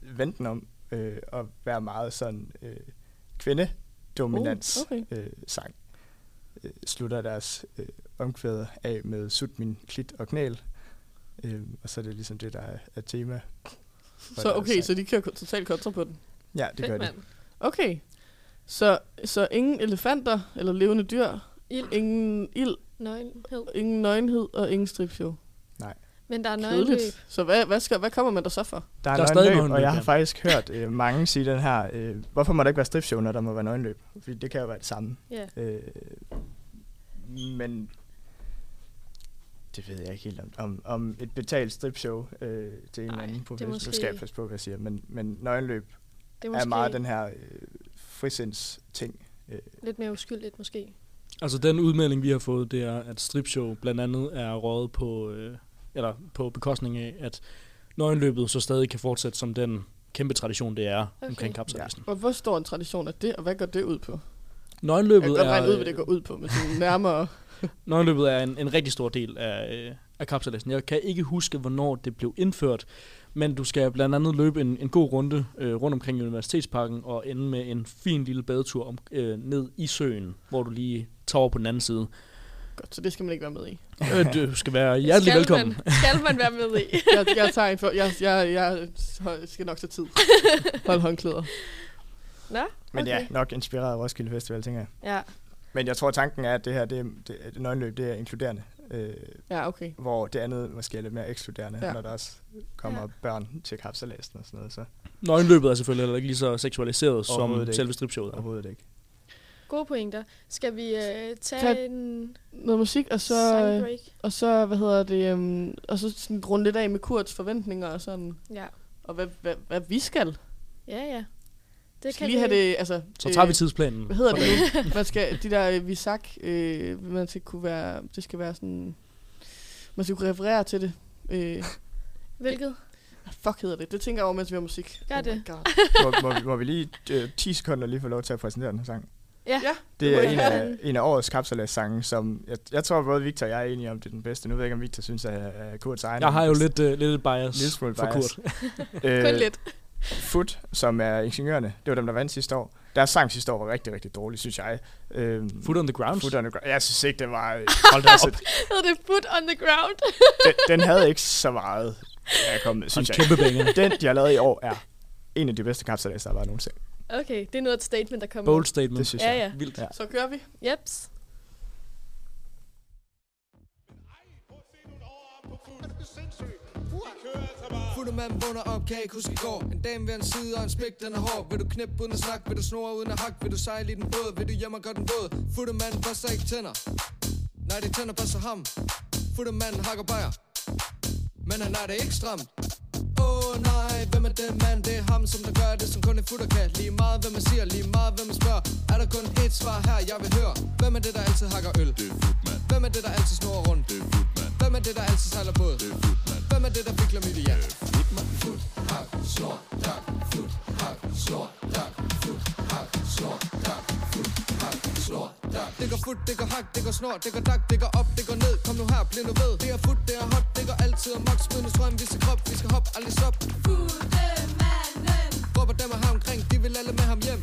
D: vente den om øh, og være meget sådan øh, kvindedominans
B: Uh, okay.
D: øh, sang. Øh, slutter deres øh, omkvæder af med sut min klit og knæl. Øh, og så er det ligesom det, der er, er tema. for
B: Så
D: deres
B: okay,
D: sang.
B: så de kører ko- totalt kontra på den.
D: Ja, det gør det.
B: Okay. Så, så ingen elefanter eller levende dyr,
C: Ild,
B: ingen ild,
C: nøgenhed.
B: ingen nøgenhed og ingen stripshow.
C: Men der er nøgenløb.
B: Kedeligt. Så hvad, hvad, skal, hvad kommer man der så for?
D: Der er,
E: Der er
D: der
E: stadig
D: nøgenløb,
E: nøgenløb,
D: og jeg har
E: ja.
D: faktisk hørt øh, mange sige den her, øh, hvorfor må der ikke være stripshow, når der må være nøgenløb? Fordi det kan jo være det samme.
C: Ja.
D: Øh, men det ved jeg ikke helt om. Om, om et betalt stripshow øh, til en
C: Nej,
D: eller anden
C: det er
D: professor. Nu
C: måske-
D: skal jeg passe på, hvad jeg siger. Men, men nøgenløb
C: Det er
D: er
C: måske
D: meget den her øh, frisinds ting.
C: lidt mere uskyldigt, måske.
E: Altså den udmelding, vi har fået, det er, at stripshow blandt andet er rådet på, øh, eller på bekostning af, at nøgenløbet så stadig kan fortsætte som den kæmpe tradition, det er okay.
C: Okay.
E: omkring kapsejladsen.
B: Og hvor stor en tradition er det, og hvad går det ud på?
E: Ja.
B: Jeg kan
E: Nøgenløbet,
B: godt regne ud, hvad
E: er, øh,
B: det går ud på, men sådan nærmere...
E: nøgenløbet er en, en rigtig stor del af, øh, af kapsejladsen. Jeg kan ikke huske, hvornår det blev indført, men du skal blandt andet løbe en, en god runde øh, rundt omkring Universitetsparken og ende med en fin lille badetur om, øh, ned i søen, hvor du lige tager over på den anden side.
B: Godt, så det skal man ikke være med i.
E: Øh, du skal
C: <laughs>
E: være hjertelig
C: skal
E: velkommen.
C: Man, skal man være med i?
B: Jeg, jeg, tager en for, jeg, jeg, jeg hold- skal nok tage tid. Hold håndklæder.
C: Nå?
D: Men okay.
C: okay.
D: ja, nok inspireret af Roskilde Festival, tænker jeg.
C: Ja.
D: Men jeg tror, tanken er, at det her det, er- det, at nøgenløb det er inkluderende. Øh,
B: Ja, okay.
D: hvor det andet måske er lidt mere ekskluderende,
B: Ja.
D: ja. når der også kommer
C: Ja.
D: ja. børn til kapsalasten og sådan noget. Så
E: Nøgenløbet er selvfølgelig heller ikke lige så seksualiseret som
D: Overhovedet ikke.
E: selve stripshowet. er.
D: overhovedet ikke.
C: Gode pointer. Skal vi øh, tage
B: Tag-
C: en
B: Noget musik, og så,
C: sangbreak?
B: og så hvad hedder det, um, og så sådan runde lidt af med Kurts forventninger og sådan,
C: Ja.
B: og hvad, hvad, hvad vi skal.
C: Ja, ja.
B: Det
C: Det
B: skal
C: kan
B: lige
C: vi-
B: have det, altså...
E: Så
B: øh,
E: tager vi tidsplanen.
B: Hvad hedder det nu? Man skal, de der øh, visak, øh, man skal kunne være, det skal være sådan, man skal kunne referere til det. Øh,
C: Hvilket?
B: hvad fuck hedder det? Det tænker jeg over, mens vi har musik. Oh
C: Gør det.
B: my God.
D: Må, må, vi- må vi lige øh, 10 sekunder lige få lov til at præsentere den her sang?
C: Ja.
B: Ja,
D: det
B: det må
D: er
B: jeg
D: en
C: gerne.
D: af, en af årets kapsalagssange, som jeg, jeg tror både Victor og jeg er enige om, det er den bedste. Nu ved jeg ikke, om Victor synes, at at Kurt's egen er
E: Jeg
D: den
E: har jo
D: bedste.
E: lidt, øh, lidt bias
D: Lille smule
E: for
D: bias.
E: Kurt. <laughs>
C: Kun
D: Øh,
C: lidt.
D: Foot, som er ingeniørerne, det var dem, der vandt sidste år. Deres sang sidste år var rigtig, rigtig dårlig, synes jeg. Øh,
E: Foot on the ground.
D: Foot on the ground. Jeg synes ikke, det var... altså,
E: Hold da op.
C: Hed det foot on the ground?
D: Den, den havde ikke så meget at komme med,
E: En
D: synes jeg.
E: kæmpe banger.
D: Den, de har lavet i år, er en af de bedste kapsalags, der har været nogensinde.
C: Okay, det er noget af et statement, der kommer.
E: Bold statement.
D: Det synes
C: Ja,
D: jeg.
C: ja.
E: Vildt.
D: Ja.
B: Så kører vi.
C: Jeps.
H: Fulde mand vågner op, kan ikke huske i går En dame ved en side og en spæk, den er hård Vil du knippe uden at snakke, vil du snore uden at hakke Vil du sejle i den båd, vil du hjem og gøre den våd Fulde mand børster ikke tænder Nej, det tænder børster ham Fulde mand hakker bajer Men han er det ikke stramt Åh oh, nej, hvem er den mand? Det er ham, som der gør det, som kun en futter kan Lige meget, hvad man siger, lige meget, hvad man spørger Er der kun ét svar her, jeg vil høre Hvem er det, der altid hakker øl? Det er Futman Hvem er det, der altid snorer rundt? Det er Futman Hvem er det, der altid sejler båd? Det er Øh, Futman Hvem er det, der fik klamydia? Det er Futman Fut, hak, snor, tak Fut, hak, snor, tak Fut, hak, snor, tak Fut, hak, snor, tak Det går fut, det går hak, det går snor, det går dak, det går op, det går ned Kom nu her, bliv nu ved Det er fut, det er hot, det går altid amok Smid nu strøm, vi skal krop, vi skal hop, aldrig stop Råber dem og ham omkring, de vil alle med ham hjem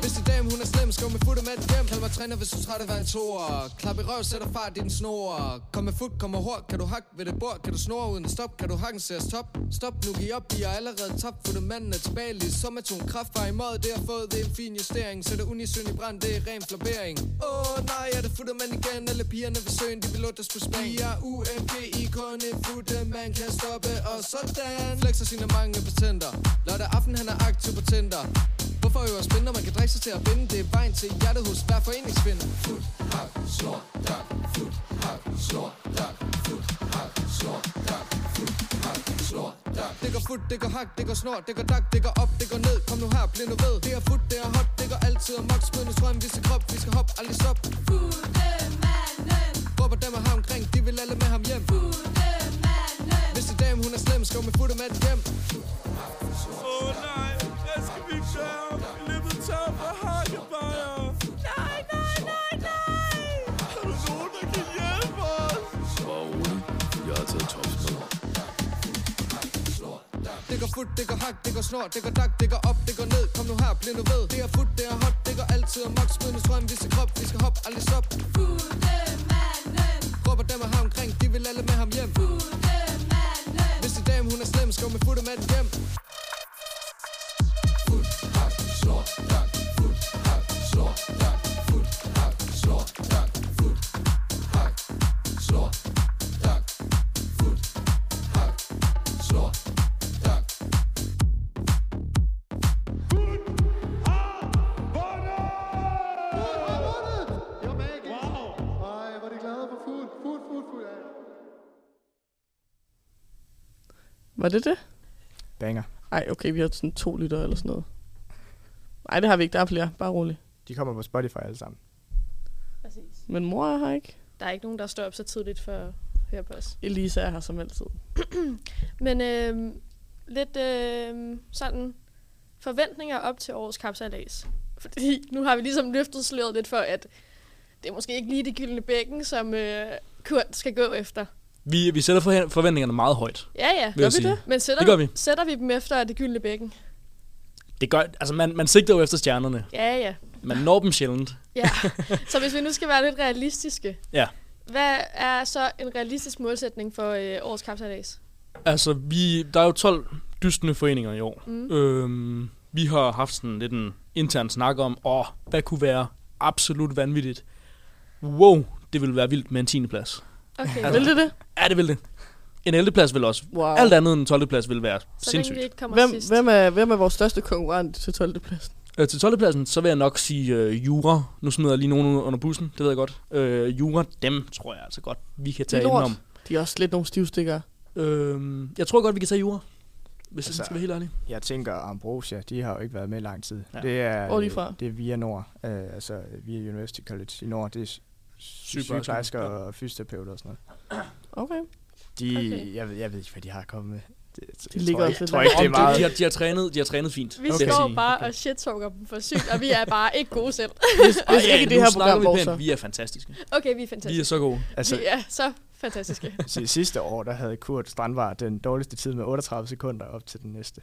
H: Hvis det dame hun er slem, skal Løv med fuld og mand hjem Kald mig træner, hvis du er træt af at være en toer Klap i røv, sætter fart i din snor Kom med fut, kom med hår Kan du hakke ved det bord Kan du snore uden at stoppe Kan du hakken se os top Stop nu, giv op Vi er allerede tabt Fundamenten er tilbage Ligesom atomkraft var i mod Det har fået, det er en fin justering Sætter unisyn i brand Det er ren flabering Åh oh, nej, er det fundament igen Alle pigerne ved søen De vil lutte os på spring Vi er UMG i kun en futte Man kan stoppe og sådan Flexer sine mange patenter Lørdag aften han er aktiv på Tinder Hvorfor øver spin, når man kan drikke sig til at vinde? Det er vejen til hjertet hos hver foreningsvind. Fut, hak, slår, dak. Fut, hak, slår, dak. Fut, hak, slår, dak. Fut, hak, slår, dak. Det går fut, det går hak, det går snor, det går dak, det går op, det går ned. Kom nu her, bliv nu ved. Det er fut, det er hot, det går altid amok. Smid nu strøm, vi skal krop, vi skal hop, aldrig stop. Råber dem og har omkring, de vil alle med ham hjem. Hvis det dame, hun er slem, skal hun med fut mand hjem.
F: Åh oh, nej, hvad skal vi gøre? Vi løber tør for hakkebajer. Nej, nej, nej, nej! Er der nogen, der kan hjælpe os?
I: Bare rolig. Jeg har taget tops med.
H: Det går fut, det går hak, det går snor, det går dak, det går op, det går ned. Kom nu her, bliv nu ved. Det er fut, det er hot, det går altid amok. Smid nu strøm, vi skal krop, vi skal hop, aldrig stop. Råber dem og har omkring, de vil alle med ham hjem. Hvis det dame, hun er slem, skal hun med fut mand hjem.
B: Var det det?
D: Banger.
B: Ej, okay, vi har sådan to lytter eller sådan noget. Nej, det har vi ikke. Der er flere. Bare rolig.
D: De kommer på Spotify alle sammen.
C: Præcis.
B: Men mor er her ikke.
C: Der er ikke nogen, der står op så tidligt for at høre på os.
B: Elisa er her som altid.
C: Men øh, lidt øh, sådan forventninger op til årets kapsalæs. Fordi nu har vi ligesom løftet sløret lidt for, at det er måske ikke lige det gyldne bækken, som øh, Kurt skal gå efter.
E: Vi, vi sætter forhen- forventningerne meget højt.
C: Ja, ja.
E: Vil jeg sige.
C: Men sætter,
E: Det gør vi.
C: sætter vi dem efter det gyldne bækken?
E: Det gør, altså man, man sigter jo efter stjernerne.
C: Ja, ja.
E: Man når dem sjældent.
C: ja. så hvis vi nu skal være lidt realistiske.
E: <laughs> Ja.
C: Hvad er så en realistisk målsætning for øh, årets kapsalæs?
E: Altså, vi, der er jo 12 dystende foreninger i år.
C: Mm.
E: Mm. Øhm, vi har haft sådan lidt en intern snak om, åh, hvad kunne være absolut vanvittigt. Wow, det ville være vildt med en 10. plads.
C: Okay.
E: Altså,
B: Vil det det?
E: Ja, det ville det. En 11. plads vil også.
B: Wow.
E: Alt andet end en 12. plads ville være
C: så længe
E: sindssygt.
C: vi ikke kommer
B: Hvem,
C: sidst.
B: hvem, er, hvem er vores største konkurrent til 12. pladsen?
E: Øh, til 12. pladsen, så vil jeg nok sige øh, Jura. Nu smider jeg lige nogen ud under bussen, det ved jeg godt. Øh, Jura, dem tror jeg altså godt, vi kan tage
B: Lort.
E: indenom.
B: De er også lidt nogle stivstikker.
E: Øh, jeg tror godt, vi kan tage Jura. Hvis altså,
D: Altså-
E: jeg skal være helt ærlig.
D: Jeg tænker, Ambrosia, de har jo ikke været med i lang tid.
E: Ja.
D: Ja. Det er,
B: Hvor er de fra?
D: Det er via Nord, øh, altså via University College i Nord. Det er sy-
E: Sygeplejersker.
D: sygeplejersker
E: Ja.
D: og fysioterapeuter og sådan noget.
B: Okay.
D: De,
C: Okay.
D: okay. jeg, ved, jeg ved ikke, hvad de har kommet med. Det, det
B: ligger
D: tror, jeg,
B: også
D: jeg
B: lidt
D: tror ikke, det er
E: Om det,
D: meget.
E: de,
D: <laughs>
E: har, de, har trænet, de har trænet fint.
C: Vi
E: det
C: okay.
E: vil jeg
C: står
E: sige.
C: bare og shit-talker dem for sygt, og vi er bare ikke gode selv.
E: Ej,
B: Hvis ikke i
E: nu
B: det her
E: snakker
B: program, hvor
E: vi, pænt.
B: så?
E: vi er fantastiske.
C: Okay, vi er
E: Vi er
C: fantastiske.
E: så gode.
D: Altså,
C: Vi er så fantastiske.
D: si- sidste år, der havde Kurt Strandvar den dårligste tid med 38 sekunder op til den næste.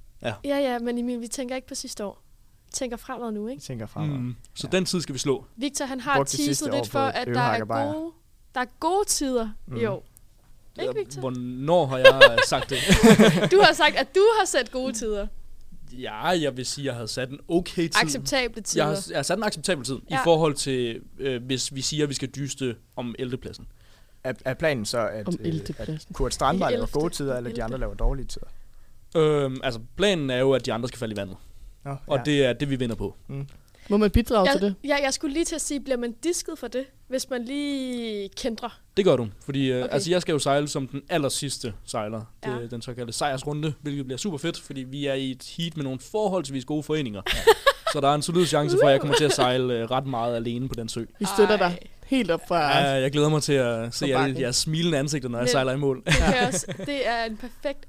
C: <laughs> ja, ja, men Emil, vi tænker ikke på sidste år. Vi tænker fremad nu,
D: Jeg
C: ikke?
D: tænker fremad. Mm.
E: Mm. Så den tid skal vi slå.
C: Victor, han har
D: Brugte sidste
C: teaset
D: år
C: lidt
D: på
C: for, at der er,
D: øvehakkerbajer.
C: gode, der er gode tider mm.
D: Mm.
C: jo. Ikke, Victor?
E: Hvornår har jeg øh,
B: <laughs>
E: sagt det?
C: Du har sagt, at du har sat gode tider.
E: ja, jeg vil sige, at jeg havde sat en okay tid.
C: Acceptable
E: jeg,
C: tider.
E: har, jeg har sat en acceptabel tid ja.
C: Ja.
E: i forhold til, øh, hvis vi siger, at vi skal dyste om 11. pladsen.
D: Er, er planen så, at,
B: Om
D: øh,
B: 11.
D: at
B: pladsen.
D: Kurt Strandvar
C: I
D: laver
C: 11.
D: gode tider, eller de andre laver dårlige tider?
E: Øhm, altså, planen er jo, at de andre skal falde i vandet.
D: Nå,
E: Og ja. det er det, vi vinder på.
B: Må man bidrage til det?
C: jeg, ja, jeg skulle lige til at sige, bliver man disket for det, hvis man lige
B: <laughs>
C: kendrer?
E: Det gør du, fordi øh,
C: Okay.
E: okay. altså, jeg skal jo sejle som den aller sidste sejler. Det,
C: Ja.
E: er Den såkaldte sejrsrunde, hvilket bliver super fedt, fordi vi er i et heat med nogle forholdsvis gode foreninger. Så der er en solid chance for, at jeg kommer til at sejle øh, ret meget alene på den sø.
B: Vi støtter
C: Ej.
B: dig helt op fra...
E: Ja, jeg glæder mig til at se
B: Forbakken.
E: alle jeres smilende ansigter, når jeg
C: Men-
E: sejler i mål.
C: Det, kan også, det er en perfekt,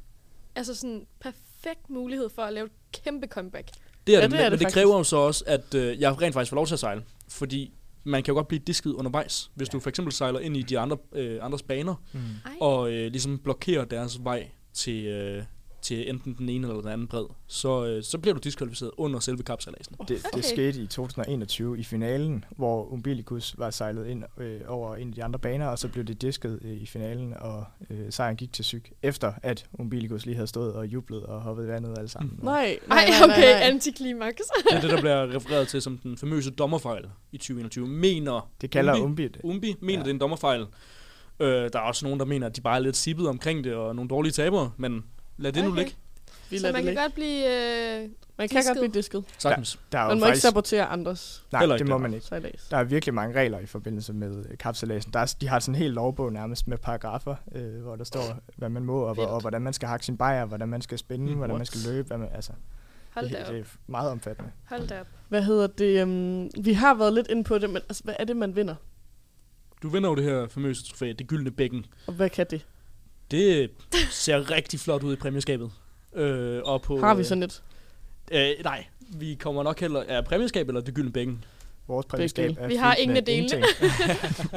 C: altså sådan, perfekt mulighed for at lave et kæmpe comeback.
E: Det er
B: Ja,
E: det,
B: det
E: men,
B: er det
E: men det
B: faktisk.
E: kræver jo så også, at øh, jeg rent faktisk får lov til at sejle. Fordi man kan jo godt blive disket undervejs, hvis du for eksempel sejler ind i de andre øh, andres baner,
D: Mm.
C: Ej.
E: og øh, ligesom blokerer deres vej til, øh, til enten den ene eller den anden bred, så, øh, så bliver du diskvalificeret under selve kapsejladsen.
D: Det, det skete i 2021 i finalen, hvor Umbilicus var sejlet ind øh, over en af de andre baner, og så blev det disket øh, i finalen, og øh, sejren gik til syg, efter at Umbilicus lige havde stået og jublet og hoppet i vandet alle sammen. Og-
B: Nej, nej,
C: Ej,
B: nej,
C: okay,
B: nej, nej.
C: antiklimaks.
E: Det er det, der bliver refereret til som den famøse dommerfejl i 2021. Mener
D: Det kalder
E: Umbi-
D: Umbi det.
E: Umbi mener,
D: Ja.
E: ja. det er en dommerfejl. Øh, der er også nogen, der mener, at de bare er lidt sippet omkring det, og nogle dårlige tabere, men lad det okay. nu
C: Okay.
E: ligge.
B: Vi
C: <laughs> Så
B: lader
C: man
B: det
C: kan
B: ligge.
C: godt blive... Øh,
B: Man kan godt
C: disket.
B: blive disket.
E: Sagtens.
D: Der er jo
B: Man må ikke
D: faktisk,
B: sabotere andres
D: nej,
E: Heller
D: det
E: ikke
D: må
E: det.
D: man ikke.
B: sejlads.
D: Der er virkelig mange regler i forbindelse med øh, kapsejladsen. Der er, de har sådan en hel lovbog nærmest med paragrafer, øh, hvor der står, hvad man må, og, hvor-
C: Vildt.
D: og hvordan man skal hakke sin bajer, hvordan man skal spænde,
E: Mm,
D: hvordan man
E: what?
D: skal løbe. Hvad man, altså,
C: hold
D: det,
C: da op,
D: det er meget omfattende.
C: hold da op.
B: Hvad hedder det? Um, vi har været lidt inde på det, men altså, hvad er det, man vinder?
E: Du vinder jo det her famøse trofæ, det gyldne bækken.
B: Og hvad kan det?
E: Det ser rigtig flot ud i præmieskabet. Øh, og på,
B: Har vi sådan et?
E: Øh, nej, vi kommer nok heller... Er præmieskab eller det gyldne bækken?
D: Vores præmieskab
B: dele.
D: er
C: Vi har
D: fyldt
C: ingen
D: med
C: af delene.
D: ingenting.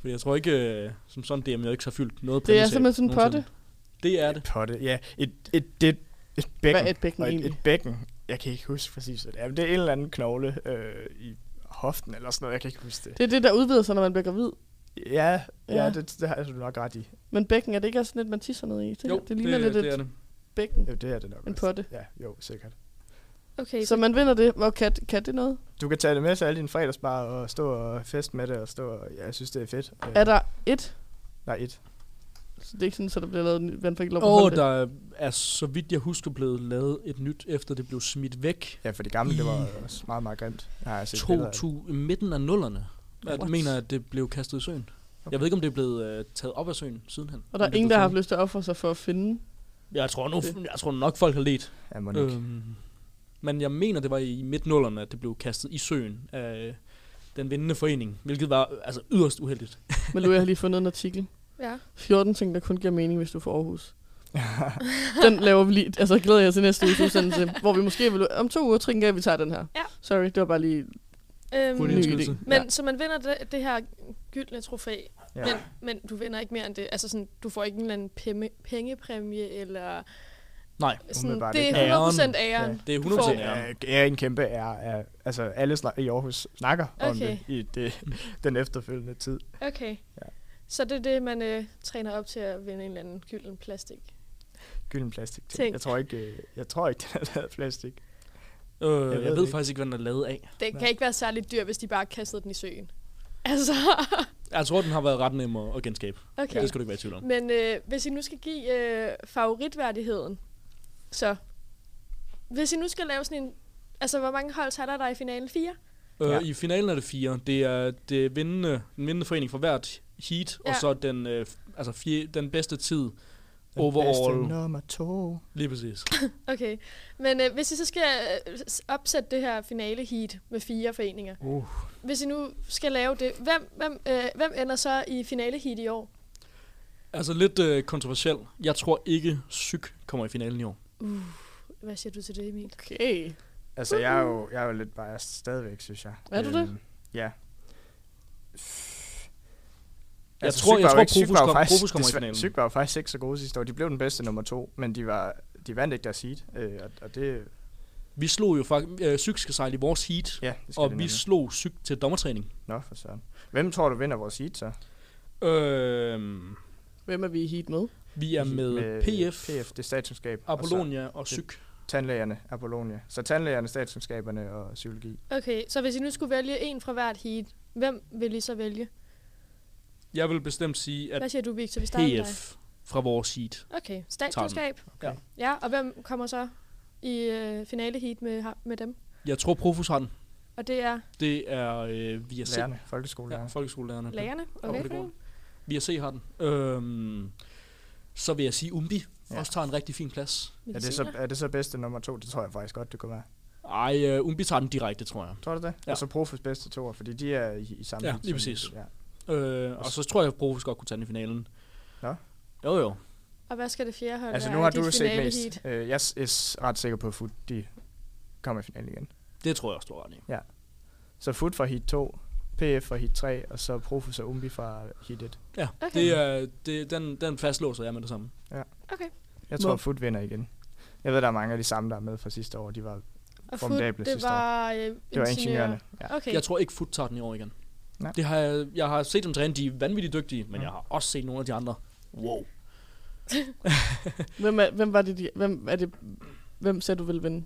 E: For jeg tror ikke, øh, som sådan, det er jo ikke så fyldt noget
B: Det er
E: præmieskab
B: simpelthen sådan en
E: nogensinde.
B: potte.
E: Det er det.
D: potte. Ja, et, et, det, et bækken.
B: Hvad er et bækken
D: og et,
B: egentlig?
D: et bækken, jeg kan ikke huske præcis, hvad det er. Men det er en eller anden knogle øh, i hoften eller sådan noget. Jeg kan ikke huske det.
B: Det er det, der udvider sig, når man bliver gravid.
D: Ja, ja,
B: Ja.
D: det, det har du nok ret i.
B: Men bækken, er det ikke også sådan et, man tisser ned i? Det,
E: Jo,
B: det ligner
E: det,
B: lidt
E: det er
B: et
E: det.
B: bækken.
D: Jo, det er det nok.
B: En
D: også.
B: potte.
D: Ja, jo, sikkert.
C: Okay,
B: Så
C: så
B: man vinder det. Hvor kan, kan det noget?
D: Du kan tage det med til alle dine fredagsbar og stå og fest med det og stå og, ja, jeg synes, det er fedt. Øh,
B: Er der et?
D: Nej, et.
B: Så det er ikke sådan, at der bliver lavet en vandfæk lov
E: Og der er, så vidt jeg husker, blevet lavet et nyt, efter det blev smidt væk.
D: Ja, for det gamle, det var
E: I-
D: også meget, meget grimt. Ja, jeg har set billeder af det.
E: 2000, midten af nullerne. Jeg
B: What?
E: mener, at det blev kastet i søen. Okay. Jeg ved ikke, om det er blevet øh, taget op af søen sidenhen.
B: Og der
E: Om
B: er
E: det
B: ingen,
E: blev
B: der har haft
E: fundet.
B: lyst til at ofre sig for at finde.
E: Jeg tror, nu, jeg tror nok, folk har let.
D: Ja, må ikke.
E: Øhm, men jeg mener, det var i midtnullerne, at det blev kastet i søen af den vindende forening, hvilket var øh, altså yderst uheldigt.
B: Men Louis, jeg har lige fundet en artikel.
C: ja.
B: 14 ting, der kun giver mening, hvis du får Aarhus. <laughs> den laver vi lige. Altså, glæder jeg til næste uges
C: <laughs>
B: udsendelse, hvor vi måske vil... Om to uger, Trinka, vi tager den her.
C: Ja.
B: Sorry, det var bare lige en
C: Øhm,
E: Hurtig
B: ny
E: indskydelse.
B: idé.
C: men så man vinder det, det her gyldne trofæ,
D: Ja.
C: men, men du vinder ikke mere end det. Altså sådan, du får ikke en eller anden pemme, pengepræmie, eller
E: Nej,
C: sådan,
D: Umiddelbart
C: det
D: ikke.
C: er 100% æren.
E: det er 100%
C: får-
E: æren.
D: er, er en kæmpe ære. Er, altså, alle snak- i Aarhus snakker om
C: Okay.
D: det i det, den efterfølgende tid.
C: Okay.
D: Ja.
C: Så det er det, man øh, træner op til at vinde en eller anden gylden plastik.
D: Gylden plastik.
C: Ting.
D: Jeg tror ikke, øh, jeg tror ikke, den er lavet af plastik.
E: Øh, jeg,
D: ved
E: jeg
D: det
E: ved
D: ikke.
E: faktisk ikke, hvad den er lavet af.
C: Den
D: Nå.
C: kan ikke være særlig dyr, hvis de bare kastede den i søen. <laughs> Altså,
E: Jeg tror, den har været ret nem at, at genskabe.
C: okay.
E: Det skal du ikke være i tvivl om.
C: Men øh, hvis I nu skal give øh, favoritværdigheden, så... Hvis I nu skal lave sådan en... Altså, hvor mange hold tager der, der er i finalen? Fire?
E: Øh,
D: Ja.
E: I finalen er det fire. Det er det vindende, den vindende forening for hvert heat,
C: Ja.
E: ja. og så den, øh, f- altså fire, den bedste tid
D: Den
E: overall.
D: bedste nummer to.
E: Lige præcis.
C: Okay. Men øh, hvis I så skal øh, s- opsætte det her finale heat med fire foreninger.
D: Uh.
C: Hvis I nu skal lave det, hvem, hvem, øh, hvem ender så i finale heat i år?
E: altså lidt øh, kontroversiel. Jeg tror ikke, Syk kommer i finalen i år.
C: Hvad siger du til det, Emil?
B: Okay.
D: Altså, jeg er jo, jeg er jo lidt biased stadigvæk, synes jeg. Øhm,
B: Er du det?
D: Ja.
E: Jeg tror- jeg
D: jo
E: tror,
D: ikke- Altså, Syg
E: Profus
D: var jo
E: kom-
D: faktisk-
E: Profus kommer i
D: desværre-
E: finalen.
D: Syg var jo faktisk ikke så gode sidste år. De blev den bedste nummer to, men de, var, de vandt ikke deres heat. Øh, og, og det,
E: Vi slog jo faktisk... Øh, Syk skal sejle i vores heat,
D: ja, det skal
E: og
D: de
E: vi
D: nemlig.
E: slog Syk til dommertræning.
D: Nå, for søren. Hvem tror du vinder vores heat så?
E: Øh,
B: Hvem er vi i heat med?
E: vi er med, PF,
D: PF, øh, det er statsundskab. og så-
E: Apollonia og Syk.
D: Tandlægerne, Apollonia. Så tandlægerne, statskundskaberne og psykologi.
C: Okay, så hvis I nu skulle vælge en fra hvert heat, hvem vil I så vælge?
E: Jeg vil bestemt sige, at
C: Hvad siger du, Victor? Vi starter med dig.
E: PF fra vores heat.
C: Okay, statskundskab.
E: Okay.
C: Ja, og hvem kommer så i øh, finale heat med, ha- med dem?
E: Jeg tror, Profus har den.
C: Og det er
E: Det er øh, VSC.
D: Lærerne, folkeskolelærerne.
E: Ja, folkeskolelærerne.
C: lærerne.
E: Og
C: Okay.
E: pædagogerne. VSC har den. Øhm, så vil jeg sige, Umbi
D: Ja.
E: ja. også tager en rigtig fin plads.
D: Er det, så, er det så bedste nummer to? Det tror jeg faktisk godt, det kunne være.
E: Ej, øh, Umbi tager den direkte, tror jeg.
D: Tror du det? Ja.
E: Ja.
D: Og så Profus bedste toer, fordi de er i, i samme
E: Ja,
D: heat
E: lige
D: som-
E: præcis.
D: Ja.
E: Øh, og så tror jeg, at Profus godt kunne tage den i finalen.
D: Nå.
E: Jo, jo.
C: Og hvad skal det fjerde hold
D: Altså
C: være
D: nu har
C: i dit
D: du set
C: finale
D: mest.
C: heat?
D: Øh, jeg s- er s- ret sikker på, at Foot de kommer i finalen igen.
E: Det tror jeg også, du har ret i.
D: Så Foot fra heat 2, PF fra heat 3, og så Profus og Umbi fra heat 1.
E: Ja,
C: Okay.
E: okay. det er, det, den, den fastlåser jeg med det samme.
C: Okay.
D: Jeg tror,
B: Hvor-
D: at Foot vinder igen. Jeg ved, der er mange af de samme, der er med fra sidste år. De var, det
C: Og
D: Formidable
C: det
D: sidste år.
C: var, øh,
D: var ingeniørerne. Ja.
C: Okay.
E: Jeg tror ikke, Foot tager den i år igen.
D: Nej.
E: Det har jeg, jeg har set dem træne, de er vanvittigt dygtige, men
D: Mm.
E: jeg har også set nogle af de andre. Wow.
B: Hvem, er, hvem var det, de, hvem er det, hvem sagde du ville vinde?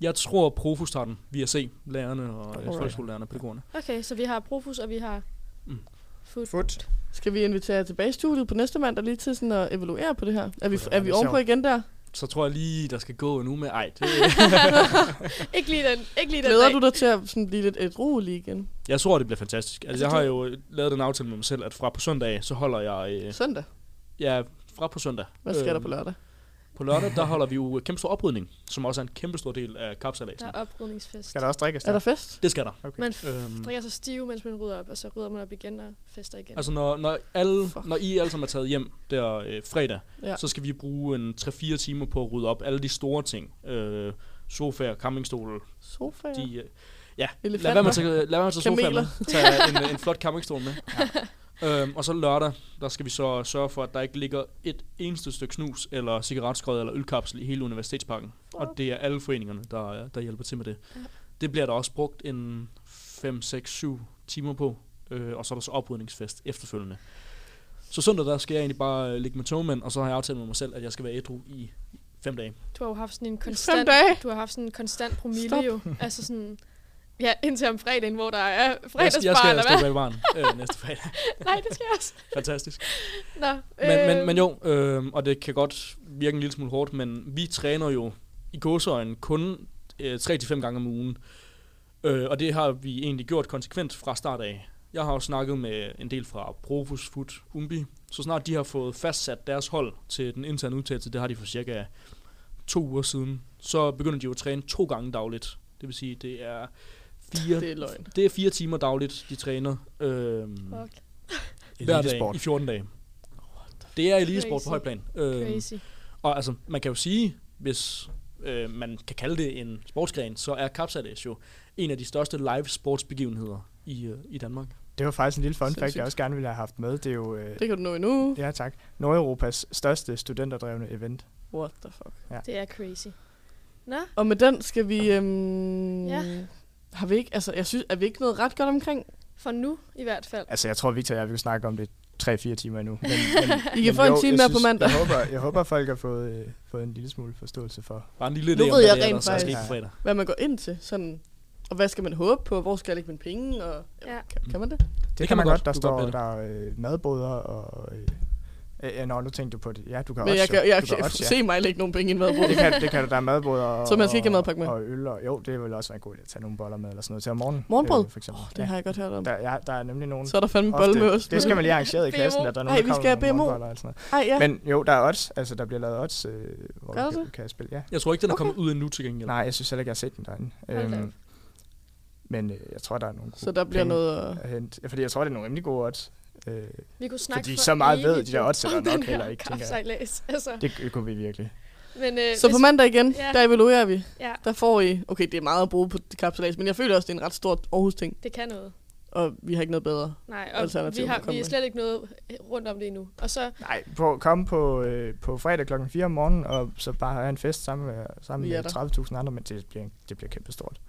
E: Jeg tror, Profus tager den via se lærerne og
D: Alright.
E: øh, folkeskolelærerne og pædagogerne.
C: Okay, så vi har Profus, og vi har
E: Mm.
C: Foot.
D: Foot.
B: Skal vi invitere jer tilbage i studiet på næste mandag lige til sådan at evaluere på det her? Er vi,
D: Kunne da
B: er
D: være
B: vi
D: lidt
B: ovenpå
D: sjovt.
B: igen der?
E: Så tror jeg lige, der skal gå en uge med... Ej, det,
C: ikke lige den, ikke lige den
B: Glæder
C: dag.
B: du dig til at sådan blive lidt et rolig igen?
E: jeg tror, det bliver fantastisk.
C: Altså,
E: Altså, jeg
C: du-
E: har jo øh, lavet den aftale med mig selv, at fra på søndag, så holder jeg... Øh,
B: Søndag?
E: ja, fra på søndag.
B: Hvad sker der
E: Øhm,
B: på lørdag?
E: På lørdag, der holder vi jo kæmpe stor oprydning, som også er en kæmpe stor del af kapsalaten.
C: Der er oprydningsfest.
D: Skal der også drikkes
B: Er der
D: der?
B: fest?
E: Det skal der.
D: Okay.
C: Man
E: Øhm,
C: drikker sig stiv, mens man rydder op, og så rydder man op igen og fester igen.
E: altså, når, når, alle,
B: Fuck.
E: når I alle sammen er taget hjem der øh, fredag,
B: Ja.
E: ja. så skal vi bruge en 3-4 timer på at rydde op alle de store ting. Øh, sofaer, campingstole,
B: Sofaer?
E: de... Øh, ja,
B: Elefanter.
E: lad være med at tage, lad være med at tage sofaen
B: Kameler.
E: med. Tag en, en flot campingstol med. Ja. Øhm, og så lørdag, der skal vi så sørge for, at der ikke ligger et eneste stykke snus, eller cigaretskod, eller ølkapsel i hele universitetsparken. Og det er alle foreningerne, der, øh, der hjælper til med det.
C: Ja.
E: Det bliver der også brugt en 5, 6, 7 timer på, øh, og så er der så oprydningsfest efterfølgende. Så søndag, der skal jeg egentlig bare øh, ligge med togmænd, og så har jeg aftalt med mig selv, at jeg skal være ædru i fem dage.
C: Du har jo haft sådan en
B: Fem
C: konstant,
B: dage?
C: du har haft sådan en konstant promille
B: Stop.
C: jo. Altså sådan, ja, indtil om fredagen, hvor der er
E: Jeg,
C: fredagsbar,
E: jeg skal
C: eller hvad?
E: stå bag barn øh, næste fredag.
C: <laughs> Nej, det skal jeg også.
E: Fantastisk.
C: Nå, øhm,
E: Men, men, men jo, øh, og det kan godt virke en lille smule hårdt, men vi træner jo i gåseøjne kun øh, 3-5 gange om ugen. Øh, og det har vi egentlig gjort konsekvent fra start af. Jeg har jo snakket med en del fra Profus, Foot, Umbi. Så snart de har fået fastsat deres hold til den interne udtalelse, det har de for cirka to uger siden, så begynder de jo at træne to gange dagligt. Det vil sige, det er fire,
B: Det er løgn.
E: det er fire timer dagligt, de træner. Øh,
C: Fuck,
E: hver dag
D: Elitesport.
E: i 14 dage. Det er elitesport
C: Crazy.
E: på høj plan. Øhm,
C: crazy.
E: og altså, man kan jo sige, hvis øh, man kan kalde det en sportsgren, så er kapsalæs jo en af de største live sportsbegivenheder i, øh, i Danmark.
D: Det var faktisk en lille fun fact,
B: Sindssygt.
D: jeg også gerne ville have haft med. Det er jo, øh,
B: Det kan du nå endnu.
D: ja tak, Nordeuropas største studenterdrevne event.
B: What the fuck?
C: Det er crazy. Nå,
B: Og med den skal vi... Øhm,
C: Ja.
B: Har vi ikke, altså, jeg synes, er vi ikke noget ret godt
C: <laughs>
B: omkring?
C: for nu i hvert fald.
D: Altså, jeg tror, Victor og jeg, vi kunne snakke om det 3-4
B: <laughs>
D: timer endnu. Men, men,
B: I kan få en time mere på mandag.
D: Jeg håber, jeg håber folk har fået, øh, fået en lille smule forståelse for.
E: Bare en lille idé
B: Nu
E: om,
B: ved
E: hvad
B: jeg
E: det er,
B: rent
E: der så skal
B: faktisk-
E: ske på fredag.
B: Hvad man går ind til, sådan... Og hvad skal man håbe på? Hvor skal jeg lægge mine penge? Og,
C: Ja.
B: kan, kan man det?
D: Det,
E: kan
D: kan man
E: man
D: godt.
E: godt.
D: Der
E: Du kan
D: står
E: godt
D: der er, øh, madboder og... Øh, øh, nå, nu tænkte du på det. Ja, du kan
B: Men
D: også.
B: jeg kan, jeg
D: du kan
B: kan
D: også,
B: se mig lægge nogle penge i en madbrug.
D: Det kan, det kan du, der er madbrød
B: <laughs>
D: og,
B: Så man skal ikke have madpakke med?
D: og øl. Og, jo, det vil også være en god idé at tage nogle boller med eller sådan noget til om morgenen. Øh,
B: Morgenbrød?
D: for eksempel.
B: Det har jeg godt hørt om.
D: Der, ja, der er nemlig nogen...
B: Så er der fandme
D: ofte-
B: bolle med ost.
D: Det skal man lige
B: <laughs>
D: arrangere i klassen, at der er nogen,
B: Ej,
D: der
B: vi skal
D: kommer med
B: have
D: nogle
B: BMO.
D: morgenboller eller sådan noget.
B: Ej, ja.
D: Men jo, der er odds. Altså, der bliver lavet odds, øh, hvor
B: Gør
D: du kan,
B: det?
D: kan spille. Ja.
E: Jeg tror ikke, den er
B: Okay.
E: kommet ud endnu til gengæld.
D: Nej, jeg synes heller ikke, jeg har set den derinde.
C: Hold da op.
D: Øhm, men øh, jeg tror, der er nogle
B: Så der bliver
D: penge
B: noget... øh,
D: at hente. Fordi jeg tror, det er nogle rimelig gode odds. Øh,
C: Vi kunne snakke
D: Fordi
C: for
D: så meget ved
C: evigt
D: de der
C: om
D: oddsættere
C: den
D: nok
C: her
D: heller ikke, tænker jeg.
C: kapsejlads. Altså,
D: det, det kunne vi virkelig.
C: men, øh,
B: Så på mandag igen,
C: Ja.
B: der evaluerer vi.
C: Ja,
B: Der får I... Okay, det er meget at bruge på kapsalas, men jeg føler også, det er en ret stor Aarhus-ting,
C: det kan noget.
B: og vi har ikke noget bedre.
C: Nej, og
B: Alternativ
C: vi,
B: at
C: har,
B: komme
C: vi er
B: med.
C: slet ikke noget øh, rundt om det endnu. Og så,
D: Nej, på, kom på, øh, på fredag klokken 4 om morgenen, og så bare have en fest sammen med, sammen
B: Vi er
D: med
B: der.
D: 30.000 andre, men det bliver, det bliver kæmpestort.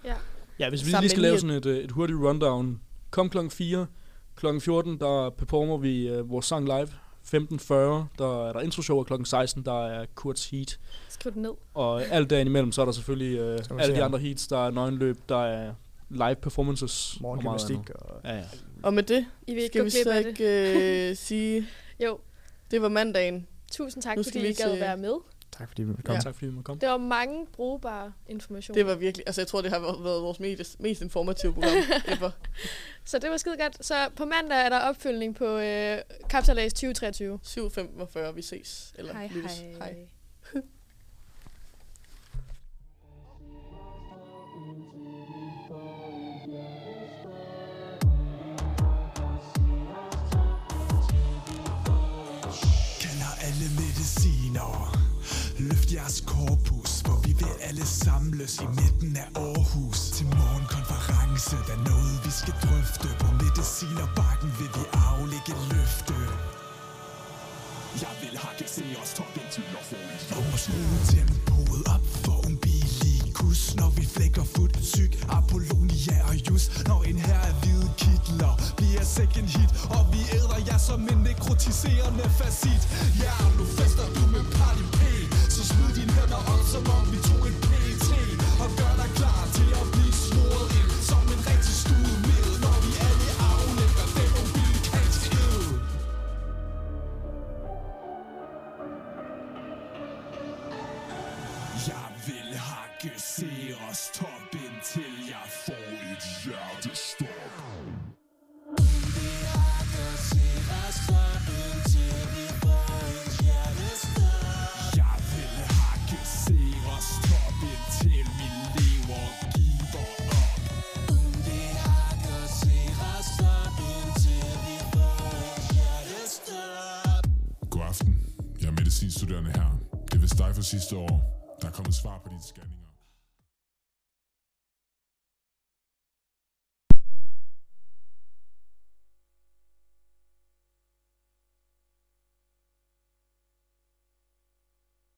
E: Ja, hvis vi
B: Sammen
E: lige skal
B: med
E: lave
B: lige-
E: sådan et, øh, et hurtigt rundown. Kom klokken 4, klokken 14, der performer vi øh, vores sang live. 15.40, der er der introshow, og klokken 16, der er Kurt's Heat.
C: skriv det ned.
E: Og alt derinde imellem, så er der selvfølgelig øh,
D: Som man
E: alle
D: ser.
E: de andre heats, der er nøgenløb, der er live performances.
D: Morgengymnastik
E: andet.
D: og
E: Ja, ja.
B: Og med det
C: I vil ikke
B: skal
C: gå
B: vi
C: glip
B: så
C: af det.
B: ikke
C: <laughs>
B: øh, sige,
C: Jo,
B: det var mandagen.
C: tusind tak,
B: Nu skal
C: fordi
B: vi
C: I gad
B: til-
C: være med.
D: tak fordi vi kom.
E: Kom, tak fordi vi måtte komme.
C: Det var mange brugbare informationer.
B: Det var virkelig... Altså, jeg tror, det har været vores mest, mest informative
C: <laughs>
B: program ever.
C: Så det var skide godt. Så på mandag er der opfølgning på øh, Kapsalas 2023.
B: 7.45, vi ses. Eller
C: Hej,
B: lyttes.
C: hej.
B: hej.
H: Kender alle mediciner Løft jeres korpus For vi vil alle samles i midten af Aarhus Til morgenkonference Der er noget vi skal drøfte På medicinerbakken vil vi aflægge et løfte jeg vil hakke se os top indtil jeg får et Og skru tempoet op for en billig kus Når vi flækker fut, syg, Apollonia og jus Når en her er hvide kitler bliver second hit Og vi æder jer som en nekrotiserende facit Ja, nu fester du med party P Så smid dine hænder op, som om vi tog et PT Og gør dig klar til at blive snoret ind Som en rigtig stuemiddel, når vi alle aflægger den umbilikalske ed Jeg vil hakke Ceres top indtil jeg får et hjertestop Jeg vil hakke Ceres top indtil min lever giver op
J: God aften. Jeg er medicinstuderende her. Det er vist dig fra sidste år. Der er kommet svar på dine scanninger.